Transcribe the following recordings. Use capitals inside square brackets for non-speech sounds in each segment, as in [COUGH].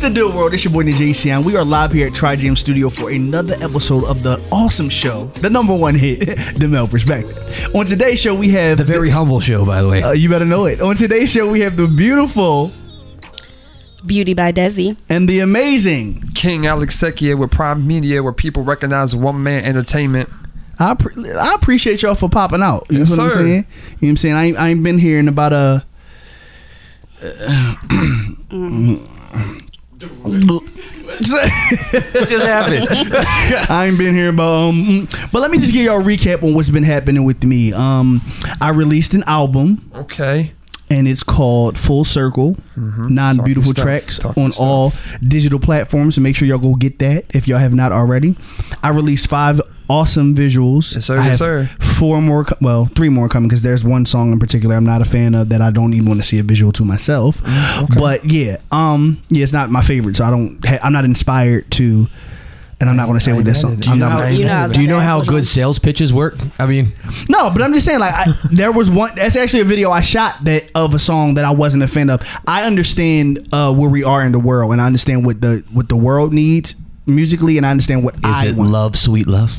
the Deal World. It's your boy Najee Sian. We are live here at Tri Jam Studio for another episode of the awesome show, the number one hit, [LAUGHS] The Male Perspective. On today's show, we have The very humble show, by [LAUGHS] the way. uh, you better know it. On today's show, we have the beautiful Beauty by Desi. and the amazing. King Alex Sekia with Prime Media, where people recognize one man entertainment. I appre- I appreciate y'all for popping out. You Yes, know what sir. I'm saying? You know what I'm saying? I ain't, I ain't been here in about a. uh, [CLEARS THROAT] [LAUGHS] What just happened? [LAUGHS] I ain't been here about um mm. but let me just give y'all a recap on what's been happening with me. Um I released an album Okay. and it's called Full Circle, nine Talking beautiful Mm-hmm. stuff, tracks talking on stuff. all digital platforms. So make sure y'all go get that if y'all have not already. I released five awesome visuals. Yes, sir, I yes, have sir. Four more, co- well, three more coming because there's one song in particular I'm not a fan of that I don't even want to see a visual to myself. Mm, But yeah, um, yeah, it's not my favorite, so I don't. Ha- I'm not inspired to, and I'm not going to say what this I song. did it. I'm You not know gonna- how- You know, I was Do you know about to how ask what good you- sales pitches work? I mean, No, but I'm just saying, like, I, [LAUGHS] there was one. That's actually a video I shot that of a song that I wasn't a fan of. I understand uh, where we are in the world, and I understand what the what the world needs musically, and I understand what is I it want. love, sweet love?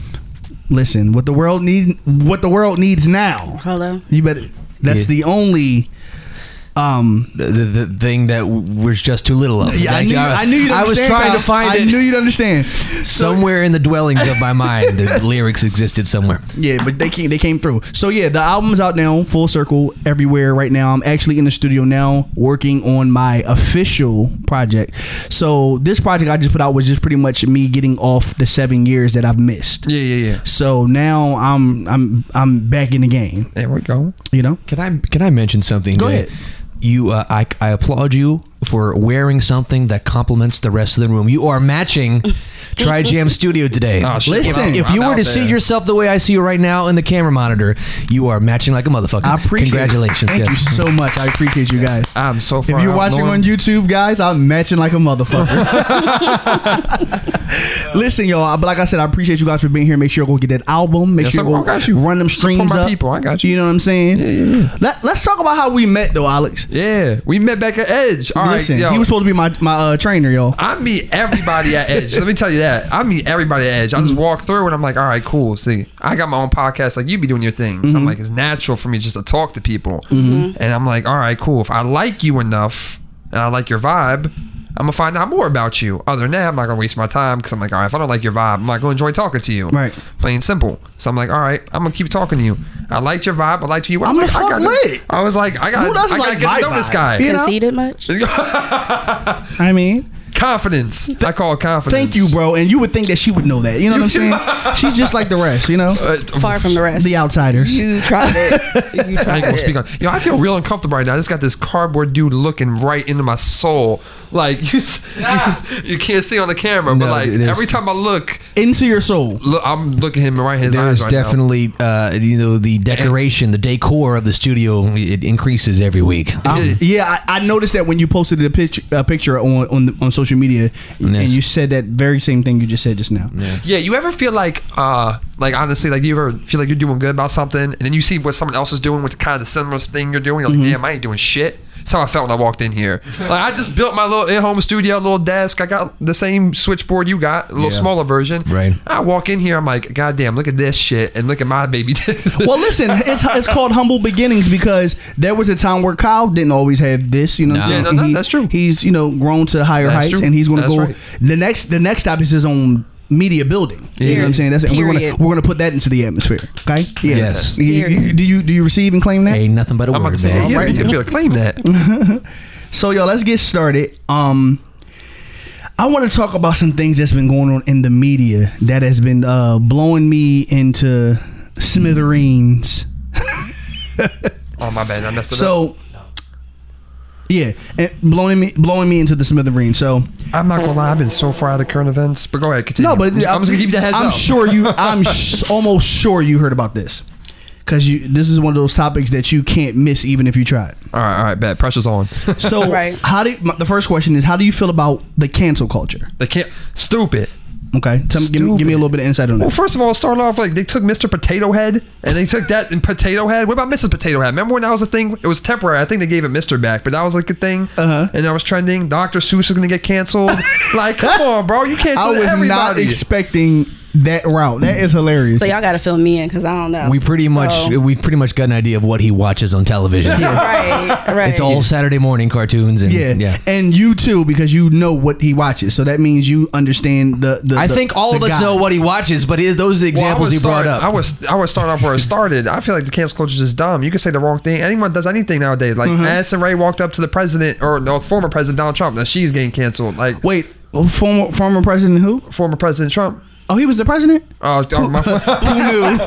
Listen, what the world needs, what the world needs now. Hello. You better. That's Yeah. the only. Um. The, the, the thing that w- was just too little of. Yeah, I Like, knew. I knew you'd I was understand, trying to Kyle. find I it knew you'd understand. So- somewhere in the dwellings of my mind. The [LAUGHS] lyrics existed somewhere. Yeah, but they came they came through. So yeah, the album's out now, full circle, everywhere right now. I'm actually in the studio now working on my official project. So this project I just put out was just pretty much me getting off the seven years that I've missed. Yeah, yeah, yeah. So now I'm I'm I'm back in the game, There we go. you know? Can I can I mention something? Go Jay? ahead. You, uh, I, I applaud you for wearing something that complements the rest of the room. You are [LAUGHS] matching Tri Jam Studio today. Oh, shit, Listen, I'm- if I'm you were out to there. see yourself the way I see you right now in the camera monitor, you are matching like a motherfucker. I appreciate Congratulations. Thank you yes. so much. I appreciate you guys. I'm so far. If you're out, watching Lauren. on YouTube, guys, I'm matching like a motherfucker. [LAUGHS] [LAUGHS] Listen, y'all, but like I said, I appreciate you guys for being here. Make sure you go get that album. Make Yes, sure sir, I you go got you. run them Support streams my up. people, I got you. You know what I'm saying? Yeah, yeah, yeah. Let, let's talk about how we met, though, Alex. Yeah, we met back at Edge. All right, Listen, yo. he was supposed to be my my uh, trainer, y'all. I meet everybody at Edge. Let me tell you that. I meet everybody at Edge. I Mm-hmm. just walk through and I'm like, all right, cool. See, I got my own podcast. Like, you be doing your thing. So Mm-hmm. I'm like, it's natural for me just to talk to people. And I'm like, all right, cool. If I like you enough and I like your vibe, I'm going to find out more about you. Other than that, I'm not going to waste my time because I'm like, all right, if I don't like your vibe, I'm not going to enjoy talking to you. Right. Plain and simple. So I'm like, all right, I'm going to keep talking to you. I liked your vibe. I liked who you. were. I I'm was the like, fuck I gotta- lit. I was like, I Who got doesn't to like get my to know this vibe? guy. You know? Conceited much? [LAUGHS] I mean, Confidence. I call it confidence. thank you, bro. And you would think that she would know that. You know what I'm saying? She's just like the rest, you [LAUGHS] know, Uh, Far from the rest. the outsiders. You tried it. You I tried ain't gonna speak it. on. Yo, I feel real uncomfortable right now. I just got this cardboard dude looking right into my soul. Like you, s [LAUGHS] you, you can't see on the camera, but No, like there's- every time I look, Into your soul. look I'm looking him right in his There's eyes right definitely, uh, you know, the decoration, the decor of the studio, it increases every week. Um, yeah, I, I noticed that when you posted a picture, a picture on on, the, on social media, and you said that very same thing you just said just now. now. Yeah, you ever feel like, uh, like honestly, like you ever feel like you're doing good about something, and then you see what someone else is doing with the kind of the similar thing you're doing. You're like, Mm-hmm. damn, I ain't doing shit. That's how I felt when I walked in here. Like I just built my little in-home studio, little desk. I got the same switchboard you got, a little Yeah. smaller version. Right. I walk in here, I'm like, God damn, look at this shit, and look at my baby. [LAUGHS] dicks. Well, listen, it's it's called humble beginnings because there was a time where Kyle didn't always have this. You know, what I'm No. saying Yeah, no, And no, that's true. He's you know grown to higher That's heights, true. and he's going to That's go right. the next. The next stop is his own media building. You know what I'm saying? That's and we're gonna Period. we're gonna put that into the atmosphere. Okay. Yeah. Yes. You- you- Period. do you do you receive and claim that? Ain't nothing but a I'm word, about to say, man. yeah, Alright. you better [LAUGHS] claim that. So yo, let's get started. Um I want to talk about some things that's been going on in the media that has been uh blowing me into smithereens. oh my bad, I messed it up. So yeah, and blowing me blowing me into the smithereens. So I'm not gonna lie, I've been so far out of current events. But go ahead, continue. no, but I'm, just- I'm just gonna give you the heads I'm up. sure [LAUGHS] you I'm sh- almost sure you heard about this. Cuz you this is one of those topics that you can't miss even if you tried. All right, all right, bad. [LAUGHS] Pressure's on. So Right. [LAUGHS] how do you, my, the first question is how do you feel about the cancel culture? They can't. Stupid. Okay, tell me, give, me, give me a little bit of insight on Well, that. first of all, starting off like they took Mr. Potato Head and they took that and Potato Head. What about Mrs. Potato Head? Remember when that was a thing? It was temporary. I think they gave it Mr. back, but that was like a thing. Uh-huh. And that was trending. Dr. Seuss is gonna [LAUGHS] get canceled. like, come on, bro, you can't. I do was everybody. not expecting that route. That is hilarious. So y'all got to fill me in because I don't know. We pretty much So- we pretty much got an idea of what he watches on television. [LAUGHS] right, right. It's all Saturday morning cartoons and yeah. yeah. and you too because you know what he watches. So that means you understand the. the I the- think all the of us guy. know what he watches, but it, those are the Well, I examples would he brought start- up. I was I was starting off where it started. I feel like the cancel culture is just dumb. You can say the wrong thing. Anyone does anything nowadays. Like Mm-hmm. Addison Ray walked up to the president or no former president Donald Trump. Now she's getting canceled. Like Wait, oh, former former president who? former President Trump. Oh, he was the president. Oh, oh, [LAUGHS] my, Who knew?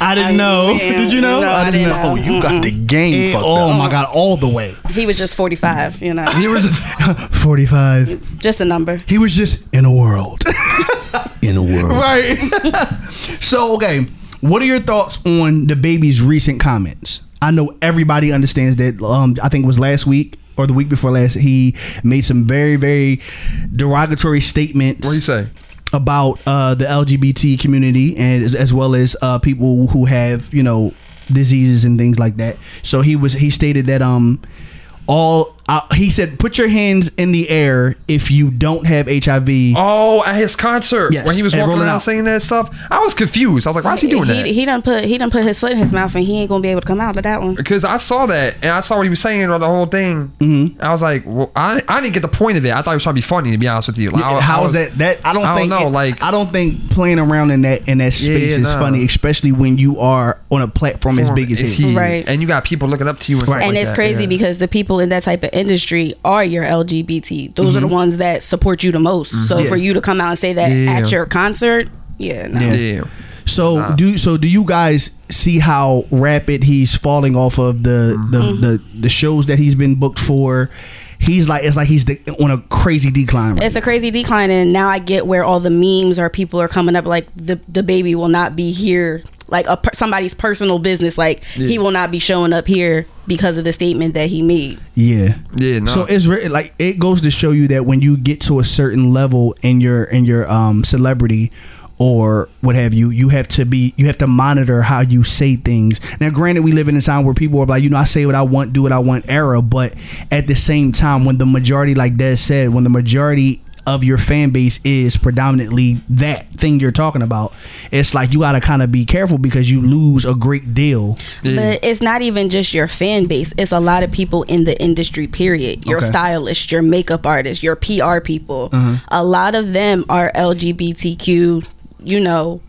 I didn't I know. [LAUGHS] didn't. Did you know? No, I didn't know. Oh, you got the game Eh, fucked oh up. my god, all the way. He was just 45, you know, He was [LAUGHS] forty-five. just a number. He was just in a world. in the world. right. [LAUGHS] so okay, what are your thoughts on the baby's recent comments? I know everybody understands that. Um, I think it was last week or the week before last. He made some very very derogatory statements. what do you say? about uh, the LGBT community and as, as well as uh, people who have you know diseases and things like that. So he was he stated that um all uh, he said put your hands in the air if you don't have HIV. Oh, at his concert Yes, when he was and walking rolling around out. saying that stuff, I was confused. I was like, why is he doing he, that? He done put he done put his foot in his mouth and he ain't gonna be able to come out of that one. because I saw that and I saw what he was saying on the whole thing. Mm-hmm. I was like, well, I, I didn't get the point of it. I thought he was trying to be funny, to be honest with you. Like, I- I How was- is that? That I don't I don't think. know, it- like- I don't think playing around in that in that space yeah, is nah. funny, especially when you are on a platform as big as Is his. he? Right. And you got people looking up to you and, stuff Right. like And it's that, crazy yeah. because the people in that type of industry are your LGBT. Those are the ones that support you the most. So Yeah. for you to come out and say that Yeah. at your concert, yeah, no. Yeah. Yeah. So do so do you guys see how rapid he's falling off of the Mm-hmm. the, the the shows that he's been booked for? He's like it's like he's de- on a crazy decline. Right It's a crazy decline, and now I get where all the memes or people are coming up like the the baby will not be here, like a per- somebody's personal business, like he will not be showing up here because of the statement that he made. Yeah. Yeah, no. So it's re- like it goes to show you that when you get to a certain level in your in your um celebrity or what have you, you have to be you have to monitor how you say things. Now granted we live in a time where people are like, you know, I say what I want, do what I want era, but at the same time when the majority like Des said, when the majority of your fan base is predominantly that thing you're talking about, it's like you gotta kinda be careful because you lose a great deal. But it's not even just your fan base. It's a lot of people in the industry, period. Your Okay. stylists, your makeup artists, your PR people. A lot of them are LGBTQ, you know,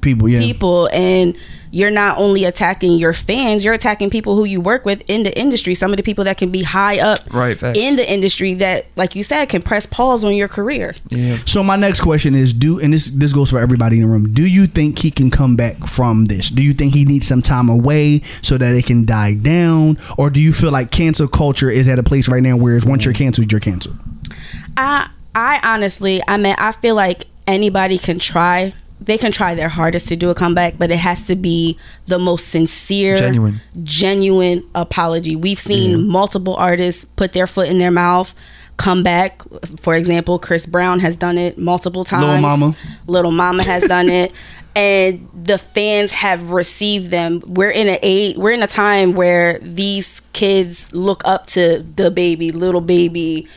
People, yeah. people. And you're not only attacking your fans, you're attacking people who you work with in the industry. Some of the people that can be high up Right, facts. in the industry that, like you said, can press pause on your career. Yeah. So my next question is: Do and this this goes for everybody in the room. Do you think he can come back from this? Do you think he needs some time away so that it can die down, or do you feel like cancel culture is at a place right now where it's once you're canceled, you're canceled? I I honestly, I mean, I feel like anybody can try. They can try their hardest to do a comeback, but it has to be the most sincere, Genuine. genuine apology. We've seen multiple artists put their foot in their mouth, come back. For example, Chris Brown has done it multiple times. Mama. Little Mama has done [LAUGHS] it, and the fans have received them. We're in a eight. We're in a time where these kids look up to the baby, little baby,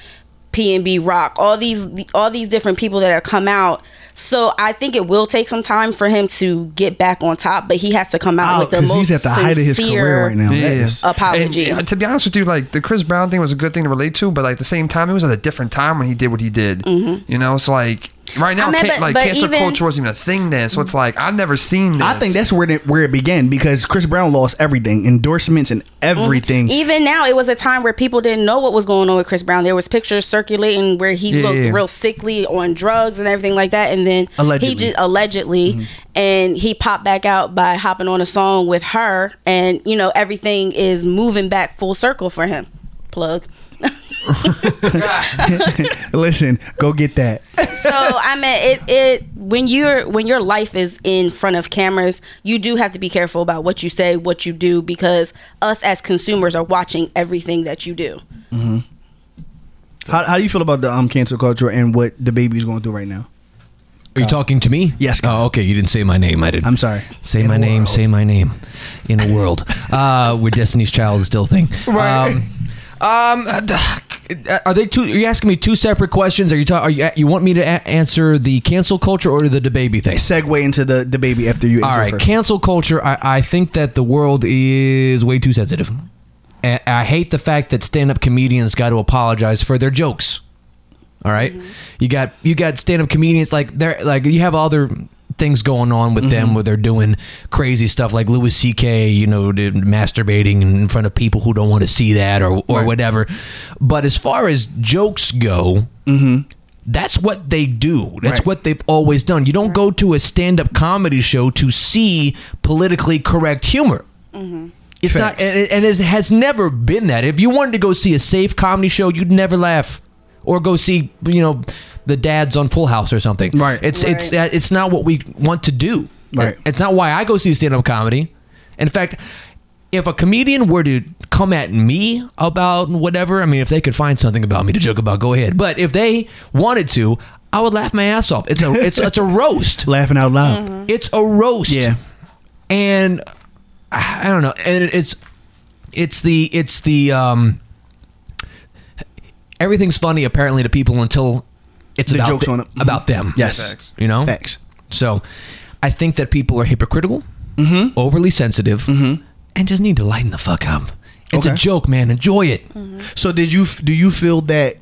P and B Rock, all these all these different people that have come out. So I think it will take some time for him to get back on top, but he has to come out with the Because most Oh, he's at the height of his career sincere- right now. That Yeah. is- apology. And, uh, to be honest with you, like the Chris Brown thing was a good thing to relate to, but like at the same time, it was at a different time when he did what he did. You know, so like right now, Mm-hmm. I mean, can but- like but cancer even- culture wasn't even a thing then, so it's like I've never seen. This. I think that's where it, where it began because Chris Brown lost everything, endorsements Mm. and everything. Even now, it was a time where people didn't know what was going on with Chris Brown. There was pictures circulating where he Yeah, looked yeah, yeah. real sickly on drugs and everything like that. And then Allegedly. he just allegedly, Mm-hmm. and he popped back out by hopping on a song with her, and you know everything is moving back full circle for him. Plug. [LAUGHS] Listen, go get that. so [LAUGHS] I mean, it it when you're when your life is in front of cameras, you do have to be careful about what you say, what you do, because us as consumers are watching everything that you do. How, how do you feel about the um cancel culture and what the baby is going through right now? Are you Kyle. talking to me? Yes, Kyle. Oh, okay. You didn't say my name. I didn't. I'm sorry. Say In my the name. world. Say my name. In a [LAUGHS] world uh, where Destiny's Child is still a thing. Right. Um, um, are they two? Are you asking me two separate questions? Are you ta- are you, you want me to a- answer the cancel culture or the baby thing? Segue into the, the baby after you. All answer right, first. cancel culture. I, I think that the world is way too sensitive. And I hate the fact that stand-up comedians got to apologize for their jokes. All right? you got you got stand-up comedians like they're like you have other things going on with them where they're doing crazy stuff like Louis C.K. You know, did masturbating in front of people who don't want to see that or or whatever. But as far as jokes go, that's what they do. That's Right. what they've always done. You don't go to a stand up comedy show to see politically correct humor. It's Facts. not, and, and it has never been that. If you wanted to go see a safe comedy show, you'd never laugh, or go see, you know, the dads on Full House or something. Right. It's it's Right. it's not what we want to do. Right. It's not why I go see stand up comedy. In fact, if a comedian were to come at me about whatever, I mean, if they could find something about me to joke about, go ahead. But if they wanted to, I would laugh my ass off. It's a it's [LAUGHS] it's a roast. Laughing out loud. It's a roast Yeah. and I I don't know, and it- it's it's the it's the um everything's funny apparently to people until it's The about joke's the- on it. Mhm. about them. Yes. Facts. you know. Facts. So I think that people are hypocritical, Mm-hmm. overly sensitive, and just need to lighten the fuck up. It's a Okay. joke, man. Enjoy it. So did you do you feel that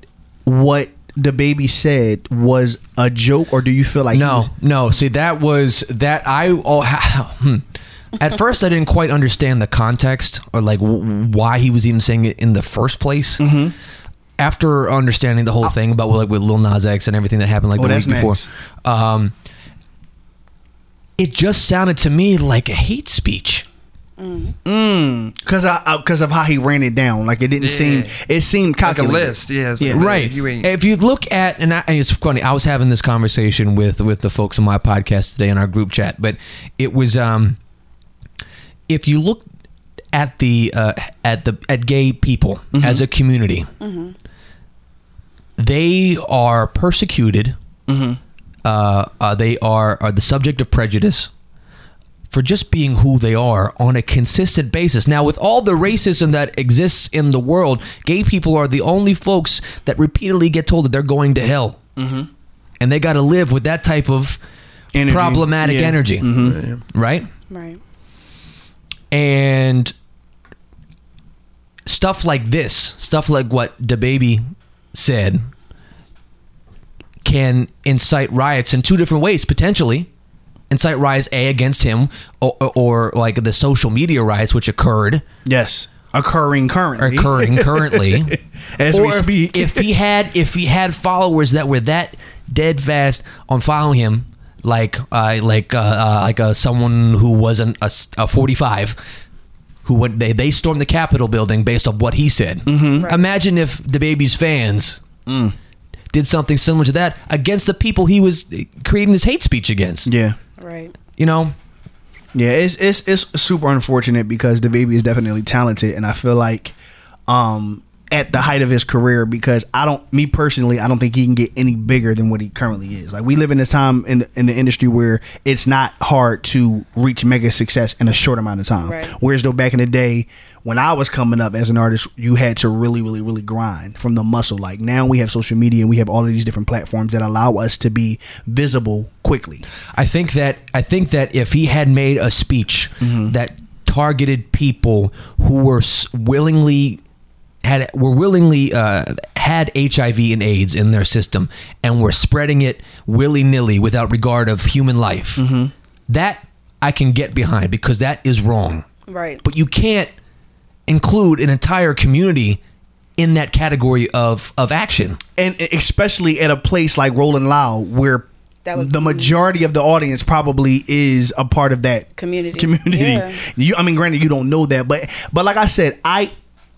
what the baby said was a joke, or do you feel like he No, was- no. See, that was that I. Oh, [LAUGHS] hmm. At first, I didn't quite understand the context or like w- why he was even saying it in the first place. Mm-hmm. After understanding the whole thing about like with Lil Nas X and everything that happened like Oh, the that's week before, next. um, it just sounded to me like a hate speech. Cause I because of how he ran it down, like it didn't seem Yeah. it seemed Like a calculated. list, yeah, it was like Yeah. a- right You ain't- if you look at and, I, and it's funny i was having this conversation with with the folks on my podcast today in our group chat but it was um if you look at the uh, at the at gay people as a community they are persecuted uh, uh, they are are the subject of prejudice for just being who they are on a consistent basis. Now, with all the racism that exists in the world, gay people are the only folks that repeatedly get told that they're going to hell. Mm-hmm. And they got to live with that type of Energy. problematic Yeah. Mm-hmm. energy, right? Right. and stuff like this, stuff like what DeBaby said, can incite riots in two different ways potentially. Incite riots a against him, or, or like the social media riots which occurred, Yes, occurring currently, occurring currently. as or we if- speak. [LAUGHS] if he had if he had followers that were that dead fast on following him like uh, like uh, uh, like uh, someone who wasn't a, s- a 45 who went they they stormed the Capitol building based on what he said Mm-hmm. imagine if the baby's fans Mm. did something similar to that against the people he was creating this hate speech against yeah, Right. you know yeah, it's it's it's super unfortunate because the baby is definitely talented, and I feel like um at the height of his career because I don't me personally I don't think he can get any bigger than what he currently is. Like we live in a time in in the industry where it's not hard to reach mega success in a short amount of time. Right. Whereas though back in the day when I was coming up as an artist, you had to really, really, really grind from the muscle. Like now we have social media and we have all of these different platforms that allow us to be visible quickly. I think that I think that if he had made a speech that targeted people who were s- willingly had were willingly uh, had HIV and AIDS in their system and were spreading it willy nilly without regard of human life, that I can get behind because that is wrong. Right. But you can't include an entire community in that category of of action. and especially at a place like Rolling Loud, where That was- the majority of the audience probably is a part of that Community. Community. Yeah. You, I mean, granted, you don't know that, but but like I said, I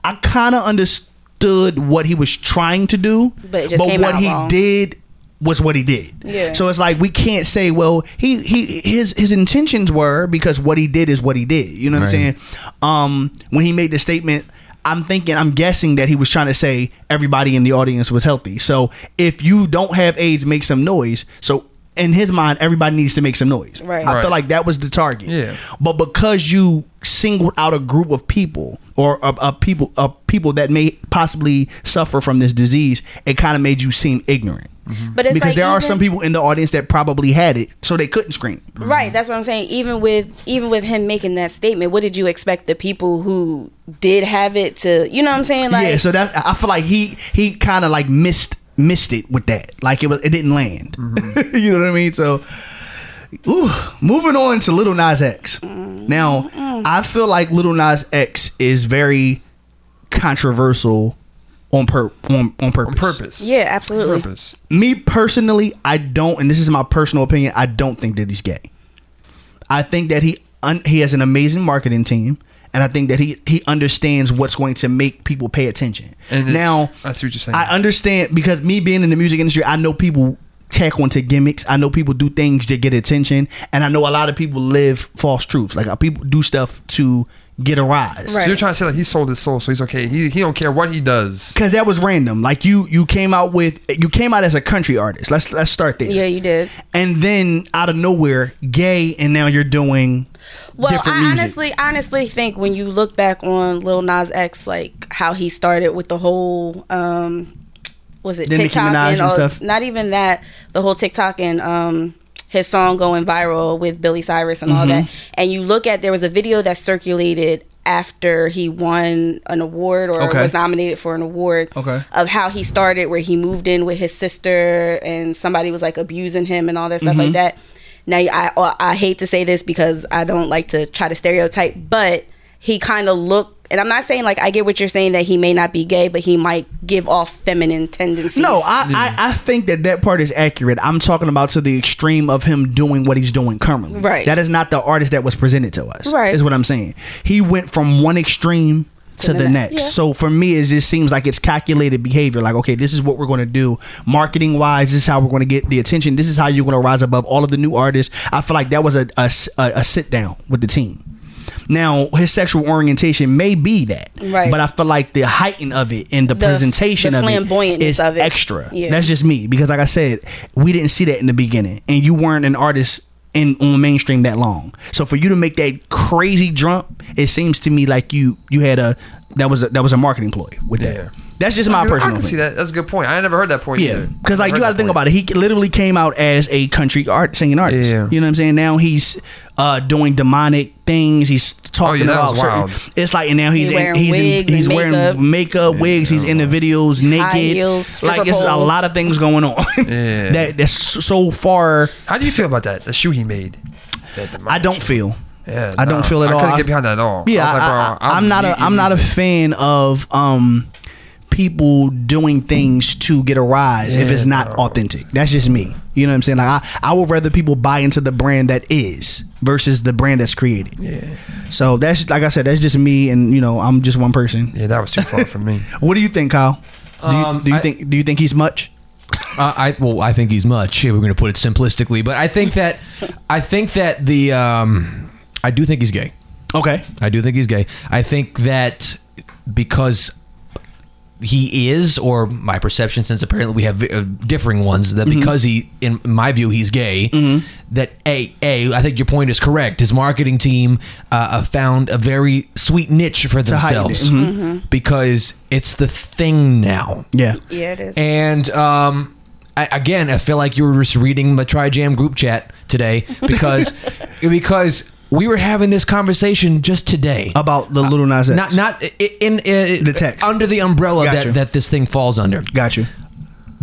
I kind of understood what he was trying to do, But it just came what out he wrong. did was what he did. Yeah. So it's like we can't say, well, he he his his intentions were because what he did is what he did. You know what I'm Right. saying? Um, when he made the statement, I'm thinking, I'm guessing that he was trying to say everybody in the audience was healthy. So if you don't have AIDS, make some noise. So in his mind, everybody needs to make some noise. Right. I Right. feel like that was the target. Yeah. But because you singled out a group of people or a, a people a people that may possibly suffer from this disease, it kind of made you seem ignorant. Mm-hmm. But it's because like there are even- some people in the audience that probably had it, so they couldn't scream. Right, that's what I'm saying. Even with even with him making that statement, what did you expect the people who did have it to? You know what I'm saying? Like, yeah, so that I feel like he he kind of like missed missed it with that. Like it was it didn't land. [LAUGHS] you know what I mean? So ooh, moving on to Little Nas X. Mm-hmm. Now, I feel like Little Nas X is very controversial on per on, on purpose. on purpose. yeah, absolutely. Purpose. Me personally, I don't and this is my personal opinion, I don't think that he's gay. I think that he un, he has an amazing marketing team. And I think that he, he understands what's going to make people pay attention. And now now I see what you're saying. I understand because me being in the music industry, I know people tack onto gimmicks. I know people do things to get attention, and I know a lot of people live false truths. Like uh, people do stuff to get a rise. Right. So you're trying to say like he sold his soul, so he's okay. He he don't care what he does. Cause that was random. Like you, you came out with you came out as a country artist. Let's let's start there. Yeah, you did. And then out of nowhere, gay, and now you're doing Well, different I music. honestly, honestly think when you look back on Lil Nas X, like how he started with the whole, um, was it The Nicki TikTok Minaj and all- stuff? Not even that. The whole TikTok and um, his song going viral with Billy Cyrus and all Mm-hmm. that. And you look at there was a video that circulated after he won an award or Okay. was nominated for an award Okay. of how he started where he moved in with his sister and somebody was like abusing him and all that stuff Mm-hmm. like that now I, uh, I hate to say this because i don't like to try to stereotype but he kind of looked and i'm not saying like i get what you're saying that he may not be gay but he might give off feminine tendencies No, I, I I think that that part is accurate. I'm talking about to the extreme of him doing what he's doing currently. Right. That is not the artist that was presented to us. Right. Is what I'm saying. He went from one extreme to, the, the ne- next. yeah. So for me, it just seems like it's calculated behavior. Like, okay, this is what we're going to do marketing wise. This is how we're going to get the attention. This is how you're going to rise above all of the new artists. I feel like that was a a s- a- a sit down with the team. Now his sexual orientation may be that, Right. But I feel like the heighten of it and the, The- presentation the of it flamboyantness is of it. extra. Yeah. That's just me because, like I said, we didn't see that in the beginning, and you weren't an artist in on mainstream that long. So for you to make that crazy jump, it seems to me like you you had a that was a, that was a marketing ploy with Yeah. that. That's just my I, personal. can see opinion. that. That's a good point. I never heard that point Yeah, either. because like you got to think about it. He literally came out as a country art singing artist. Yeah. You know what I'm saying? Now he's uh, doing demonic things. He's talking Oh, yeah, that about was certain- wild. It's like and now he's He's in, wearing he's in, wigs he's and wearing makeup. makeup wigs. He's in the videos naked. heels, stripper like it's a poles. lot of things going on. [LAUGHS] Yeah. that that's so far. How do you feel about that? The shoe he made. That the- I don't feel. Yeah, I don't nah. feel at I all. couldn't get behind that at all. Yeah, I was like, bro, I, am I'm not a making I'm not a music. fan of um people doing things to get a rise if it's Yeah, not bro. authentic. That's just me. You know what I'm saying? Like I I would rather people buy into the brand that is versus the brand that's created. Yeah. So that's like I said, that's just me, and you know I'm just one person. Yeah, that was too far [LAUGHS] for me. What do you think, Kyle? Do you, Um, do you I- think do you think he's much? Uh, I well, I think he's much. If we're going to put it simplistically, but I think that I think that the um, I do think he's gay. Okay. I do think he's gay. I think that because he is, or my perception, since apparently we have uh, differing ones, that Mm-hmm. because he, in my view, he's gay. That a a I think your point is correct. His marketing team uh, uh, found a very sweet niche for hide it. Mm-hmm. themselves because it's the thing now. Yeah. yeah it is And um, I, again, I feel like you were just reading the Tri Jam group chat [LAUGHS] today because because we were having this conversation just today. About the little Nas X. not not i- in, in The text. under the umbrella Gotcha. that, that this thing falls under Got you.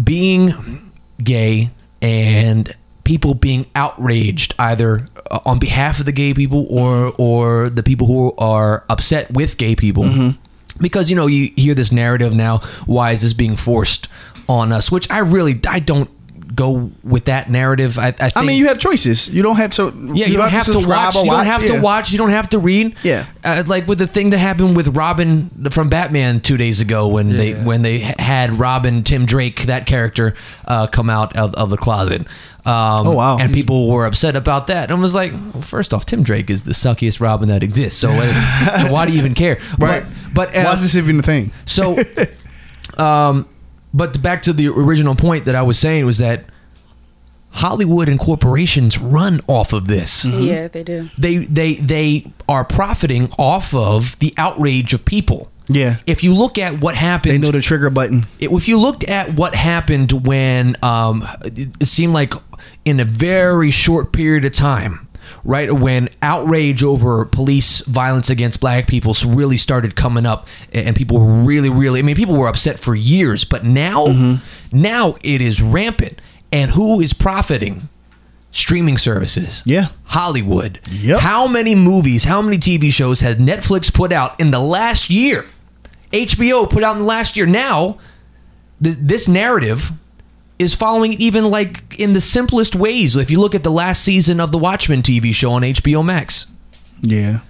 being gay and people being outraged either uh, on behalf of the gay people or or the people who are upset with gay people Mm-hmm. because you know you hear this narrative now why is this being forced on us which i really i don't go with that narrative i, I, think, I mean, you have choices. You don't have to. yeah, you, don't, have, to subscribe watch. or You don't have Yeah. to watch. You don't have to read. Yeah. uh, like with the thing that happened with Robin the- from Batman two days ago when they Yeah. when they h- had Robin Tim Drake that character uh, come out of, of the closet. Um, Oh, wow. And people were upset about that. And I was like, well, first off, Tim Drake is the suckiest Robin that exists. So uh, why do you even care? [LAUGHS] Right. But, but uh, Why is this even a thing? [LAUGHS] so, um, but back to the original point that I was saying was that Hollywood and corporations run off of this. mm-hmm. Yeah, they do. They they they are profiting off of the outrage of people. Yeah. If you look at what happened, They know the trigger button. it- if you looked at what happened when um, it it seemed like in a very short period of time right when outrage over police violence against black people s- really started coming up a- and people were really really i mean people were upset for years but now Mm-hmm. now it is rampant and who is profiting streaming services Yeah. hollywood Yep. how many movies how many tv shows has netflix put out in the last year hbo put out in the last year now th- this narrative is following even like in the simplest ways. If you look at the last season of the Watchmen TV show on HBO Max, Yeah.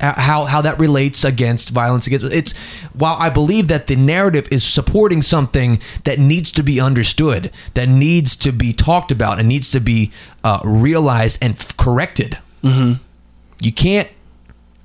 h- how how that relates against violence against it's while I believe that the narrative is supporting something that needs to be understood, that needs to be talked about, and needs to be uh, realized and f- corrected. Mm-hmm. You can't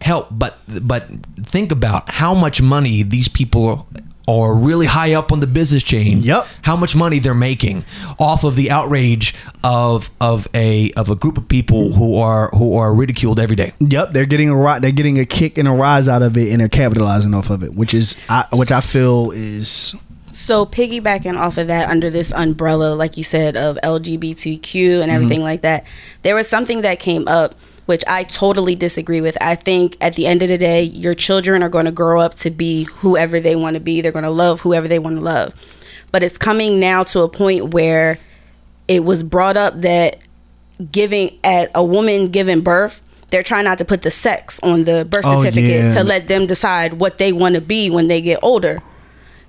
help but but think about how much money these people are really high up on the business chain. Yep. How much money they're making off of the outrage of of a of a group of people who are who are ridiculed every day. Yep, they're getting a ri- they're getting a kick and a rise out of it, and they're capitalizing off of it, which is I, which I feel is So piggybacking off of that under this umbrella, like you said, of LGBTQ Mm-hmm. and everything like that, there was something that came up which I totally disagree with. I think at the end of the day, your children are going to grow up to be whoever they want to be. They're going to love whoever they want to love. But it's coming now to a point where it was brought up that giving at a woman giving birth they're trying not to put the sex on the birth Oh, certificate yeah. to let them decide what they want to be when they get older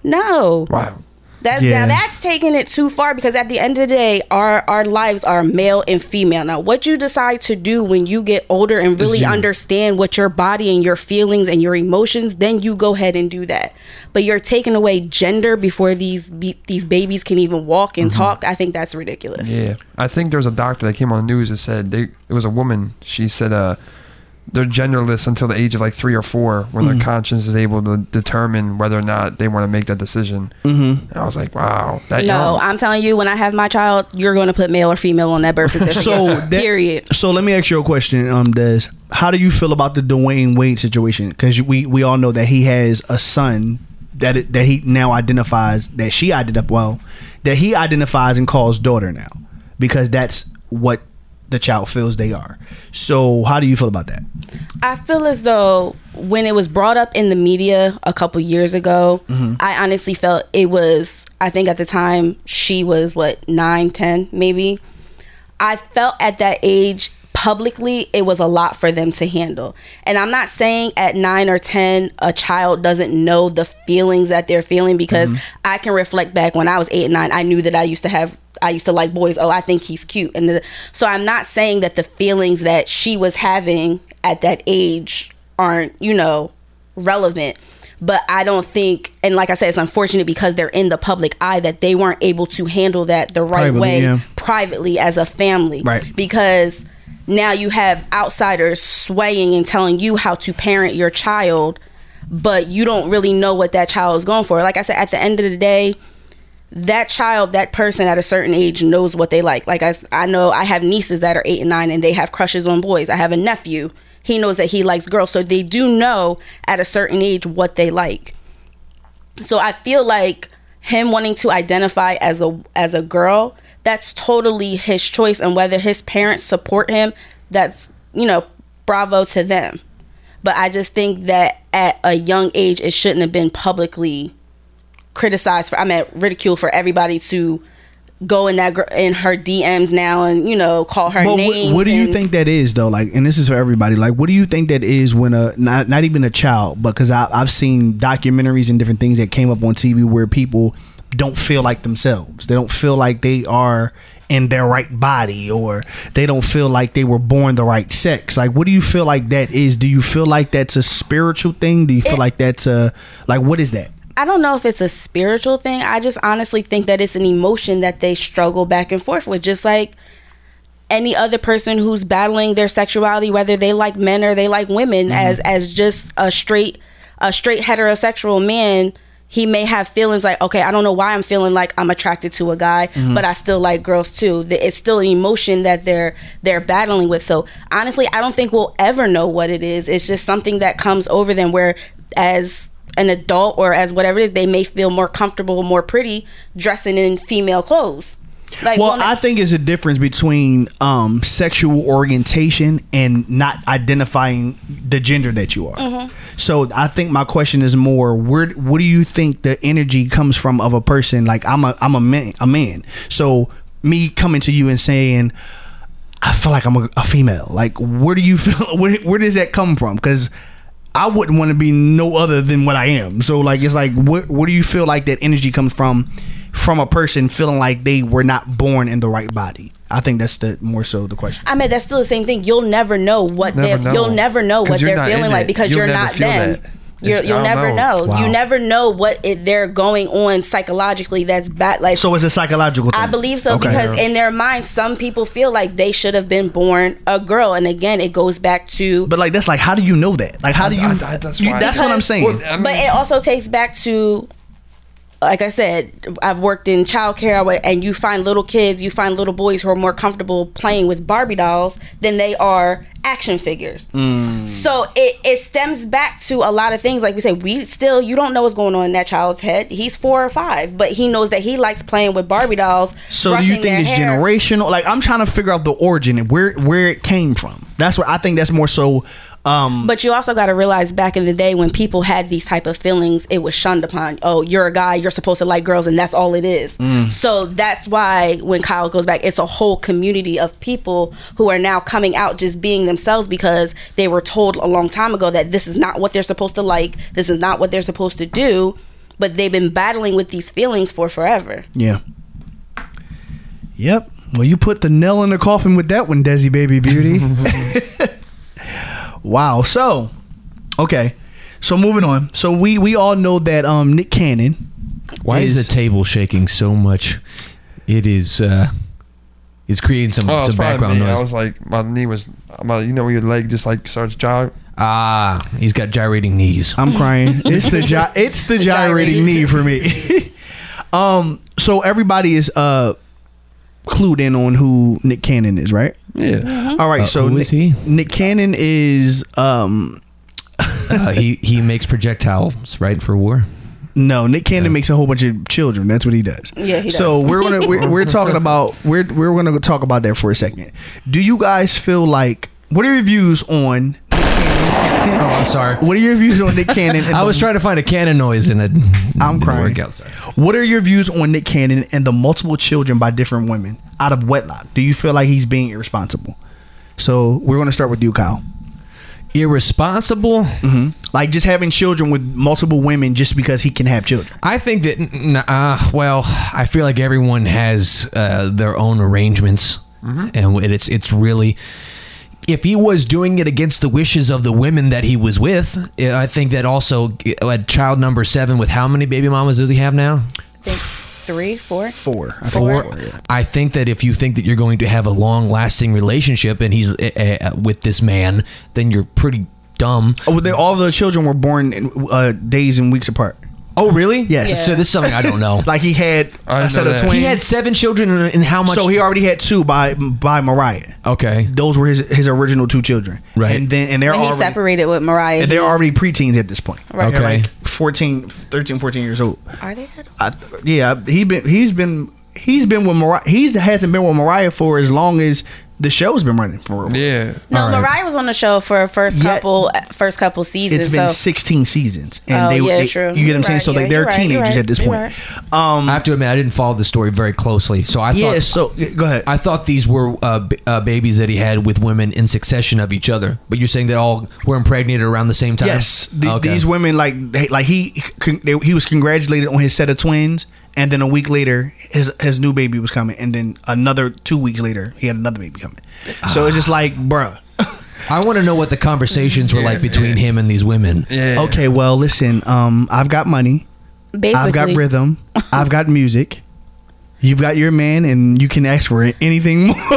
no Wow. that Yeah. now that's taking it too far because at the end of the day, our our lives are male and female. Now, what you decide to do when you get older and really you. understand what your body and your feelings and your emotions, then you go ahead and do that. But you're taking away gender before these be, these babies can even walk Mm-hmm. and talk. I think that's ridiculous. Yeah, I think there was a doctor that came on the news that said they, it was a woman. She said uh, they're genderless until the age of like three or four, when Mm-hmm. their conscience is able to determine whether or not they want to make that decision. Mm-hmm. I was like, wow, that No, young. I'm telling you, when I have my child, you're going to put male or female on [LAUGHS] that birth certificate. [LAUGHS] so. that- period. So let me ask you a question, um, Des. How do you feel about the Dwayne Wade situation? Because we we all know that he has a son that it, that he now identifies that she identifies well that he identifies and calls daughter now because that's what the child feels they are. So how do you feel about that? I feel as though when it was brought up in the media a couple years ago, I honestly felt it was, I think at the time she was what, nine, ten, maybe. I felt at that age publicly it was a lot for them to handle. And I'm not saying at 9 or 10 a child doesn't know the feelings that they're feeling because I can reflect back when I was 8 and 9 I knew that I used to have I used to like boys. Oh, I think he's cute. And the, so I'm not saying that the feelings that she was having at that age aren't, you know, relevant. But I don't think, and like I said, it's unfortunate because they're in the public eye that they weren't able to handle that the right Privately, way yeah. privately as a family. Right. Because now you have outsiders swaying and telling you how to parent your child, but you don't really know what that child is going for. Like I said, at the end of the day, that child, that person at a certain age knows what they like. Like I, I know I have nieces that are eight and nine and they have crushes on boys. I have a nephew. He knows that he likes girls. So they do know at a certain age what they like. So I feel like him wanting to identify as a as a girl, that's totally his choice and whether his parents support him, that's, you know, bravo to them. But I just think that at a young age it shouldn't have been publicly criticized for I mean ridiculed for everybody to go in that gr- in her DMs now and, you know, call her But what, names. what do you and- think that is though? Like, and this is for everybody. Like, what do you think that is when a not not even a child, but because I've seen documentaries and different things that came up on TV where people don't feel like themselves. They don't feel like they are in their right body, or they don't feel like they were born the right sex. Like, what do you feel like that is? Do you feel like that's a spiritual thing? Do you feel It- like that's a like what is that? I don't know if it's a spiritual thing. I just honestly think that it's an emotion that they struggle back and forth with, just like any other person who's battling their sexuality, whether they like Mm-hmm. men or they like women, as as just a straight a straight heterosexual man. he may have feelings like, okay, I don't know why I'm feeling like I'm attracted to a guy, Mm-hmm. but I still like girls too. Th- It's still an emotion that they're they're battling with. So honestly, I don't think we'll ever know what it is. It's just something that comes over them where as an adult or as whatever it is, they may feel more comfortable, more pretty dressing in female clothes. Like Well, one- I think it's a difference between um, sexual orientation and not identifying the gender that you are. So I think my question is more: Where what do you think the energy comes from of a person? Like I'm a I'm a man a man. So me coming to you and saying. I feel like I'm a, a female. Like, where do you feel? [LAUGHS] Where, where does that come from? Because I wouldn't want to be no other than what I am. So, like, it's like, what, where do you feel like that energy comes from? From a person feeling like they were not born in the right body. I think that's the more so the question. I mean, that's still the same thing. You'll never know what Never they're. know. You'll never know 'Cause what you're they're not in feeling like it. because You'll you're never not feel them. that. You're, It's- you'll I don't never know. know. Wow. You never know what it, they're going on psychologically. That's bad. Like So, it's a psychological thing. I believe so Okay. because in their mind, some people feel like they should have been born a girl, and again, it goes back to. But, But, like, that's like, how do you know that? Like, how do you. I- I- that's you- why- that's what I'm Because- saying. Well, uh, I mean- it also takes back to. Like I said, I've worked in childcare, I wa- and you find little kids, you find little boys who are more comfortable playing with Barbie dolls than they are action figures. Mm. So it, it stems back to a lot of things. Like we say, we still, you don't know what's going on in that child's head. He's four or five, but he knows that he likes playing with Barbie dolls. So do you think brushing their it's hair. generational? Like I'm trying to figure out the origin and where where it came from. That's what I think. That's more so. Um, But you also got to realize back in the day when people had these type of feelings, it was shunned upon. Oh, you're a guy, you're supposed to like girls, and that's all it is. Mm. So that's why when Kyle goes back, it's a whole community of people who are now coming out just being themselves because they were told a long time ago that this is not what they're supposed to like, this is not what they're supposed to do. But they've been battling with these feelings for forever. yeah. Yep. Well, you put the nail in the coffin with that one, Desi Baby Beauty. [LAUGHS] wow. So, okay. So moving on. So we we all know that um Nick Cannon. Why is, is- the table shaking so much? It is uh it's creating some, Oh, it's some probably background me. I noise. was like, my knee was, my, you know, when your leg just like starts jog. Ah, he's got gyrating knees. I'm [LAUGHS] crying. it's the gy- it's the gyrating Gyrating. knee for me. [LAUGHS] um. So everybody is uh clued in on who Nick Cannon is, right? Mm-hmm. Yeah. All right, Uh, so who Nick, is he? Nick Cannon is um Uh, he he makes projectiles, right, for war. no Nick Cannon makes a whole bunch of children. That's what he does. Yeah, he so does. we're gonna we're, we're [LAUGHS] talking about we're we're gonna talk about that for a second. Do you guys feel like what are your views on Oh, I'm sorry. what are your views on Nick Cannon? [LAUGHS] And I the- was trying to find a cannon noise and it I'm didn't crying. Work out, sorry. What are your views on Nick Cannon and the multiple children by different women out of wedlock? Do you feel like he's being irresponsible? So we're gonna start with you, Kyle. Irresponsible. Like just having children with multiple women just because he can have children. I think that, n- n- uh, well, I feel like everyone has uh, their own arrangements, Mm-hmm. and it's it's really. If he was doing it against the wishes of the women that he was with, eh, I think that also eh, at child number seven, with how many baby mamas does he have now? think three, four. Four. I think Four. four, yeah. I think that if you think that you're going to have a long-lasting relationship and he's eh, eh, eh, with this man, then you're pretty dumb. Oh, they, all the children were born in, uh, days and weeks apart. Oh, really? Yes. So this is something I don't know. [LAUGHS] Like he had I a set know of that. twins. he had seven children, and and how much? so he already had two by by Mariah. okay. Those were his his original two children. Right. And then and they're When he already separated with Mariah. and he- they're already preteens at this point. Right. They're Okay. Like 14, 13, 14 years old. are they that old? I, yeah, he been he's been he's been with Mariah. He hasn't been with Mariah for as long as the show's been running for. real. Yeah. No, All right. Mariah was on the show for first Yeah. couple first couple seasons. It's been so 16 seasons and Oh, they, yeah, they- true. you get what I'm You're saying right, so yeah, they, they're you're right, you're teenagers right, at this you're point I have to admit, I didn't follow the story very closely, so I yeah thought so go ahead I thought these were uh, b- uh, babies that he had with women in succession of each other. But you're saying they all were impregnated around the same time. Yes, the, Okay. these women like they, like he con- they, he was congratulated on his set of twins, and then a week later his his new baby was coming, and then another two weeks later he had another baby coming. So it's just like, [LAUGHS] bruh. I want to know what the conversations were like between him and these women. Yeah. Okay, well, listen, um, I've got money, basically, I've got [LAUGHS] rhythm, I've got music. You've got your man, and you can ask for it- anything [LAUGHS] more. [LAUGHS]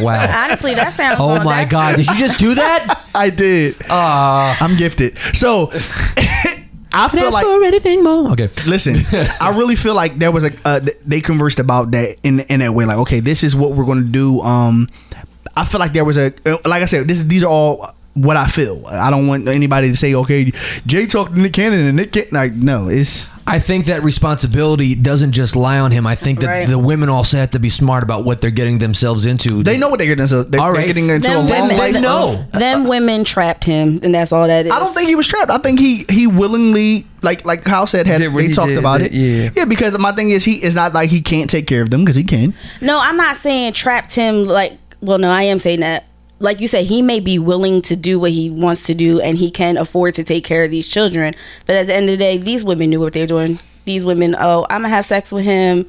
wow. Honestly, that sounds. Oh well, my [LAUGHS] that- God! Did you just do that? I did. Uh, I'm gifted. So I Can I feel ask like for anything more? Okay. [LAUGHS] Listen, I really feel like there was a uh, th- they conversed about that in in that way. Like, okay, this is what we're going to do. Um, I feel like there was a uh, like I said, this these are all what I feel. I don't want anybody to say, okay, Jay talked to Nick Cannon and Nick Cannon. Like, no, it's I think that responsibility doesn't just lie on him. I think that Right. the women also have to be smart about what they're getting themselves into. they know what they're getting into. They're, All they're right. getting into a Them long women- life. They of- know. Them women trapped him, and that's all that is. I don't think he was trapped. I think he he willingly like like Kyle said had Did what they he talked did, about did- it. yeah. yeah, because my thing is he is not like he can't take care of them because he can. No, I'm not saying trapped him like well no, I am saying that. Like you said, he may be willing to do what he wants to do and he can afford to take care of these children. But at the end of the day, these women knew what they were doing. These women, oh, I'm gonna have sex with him.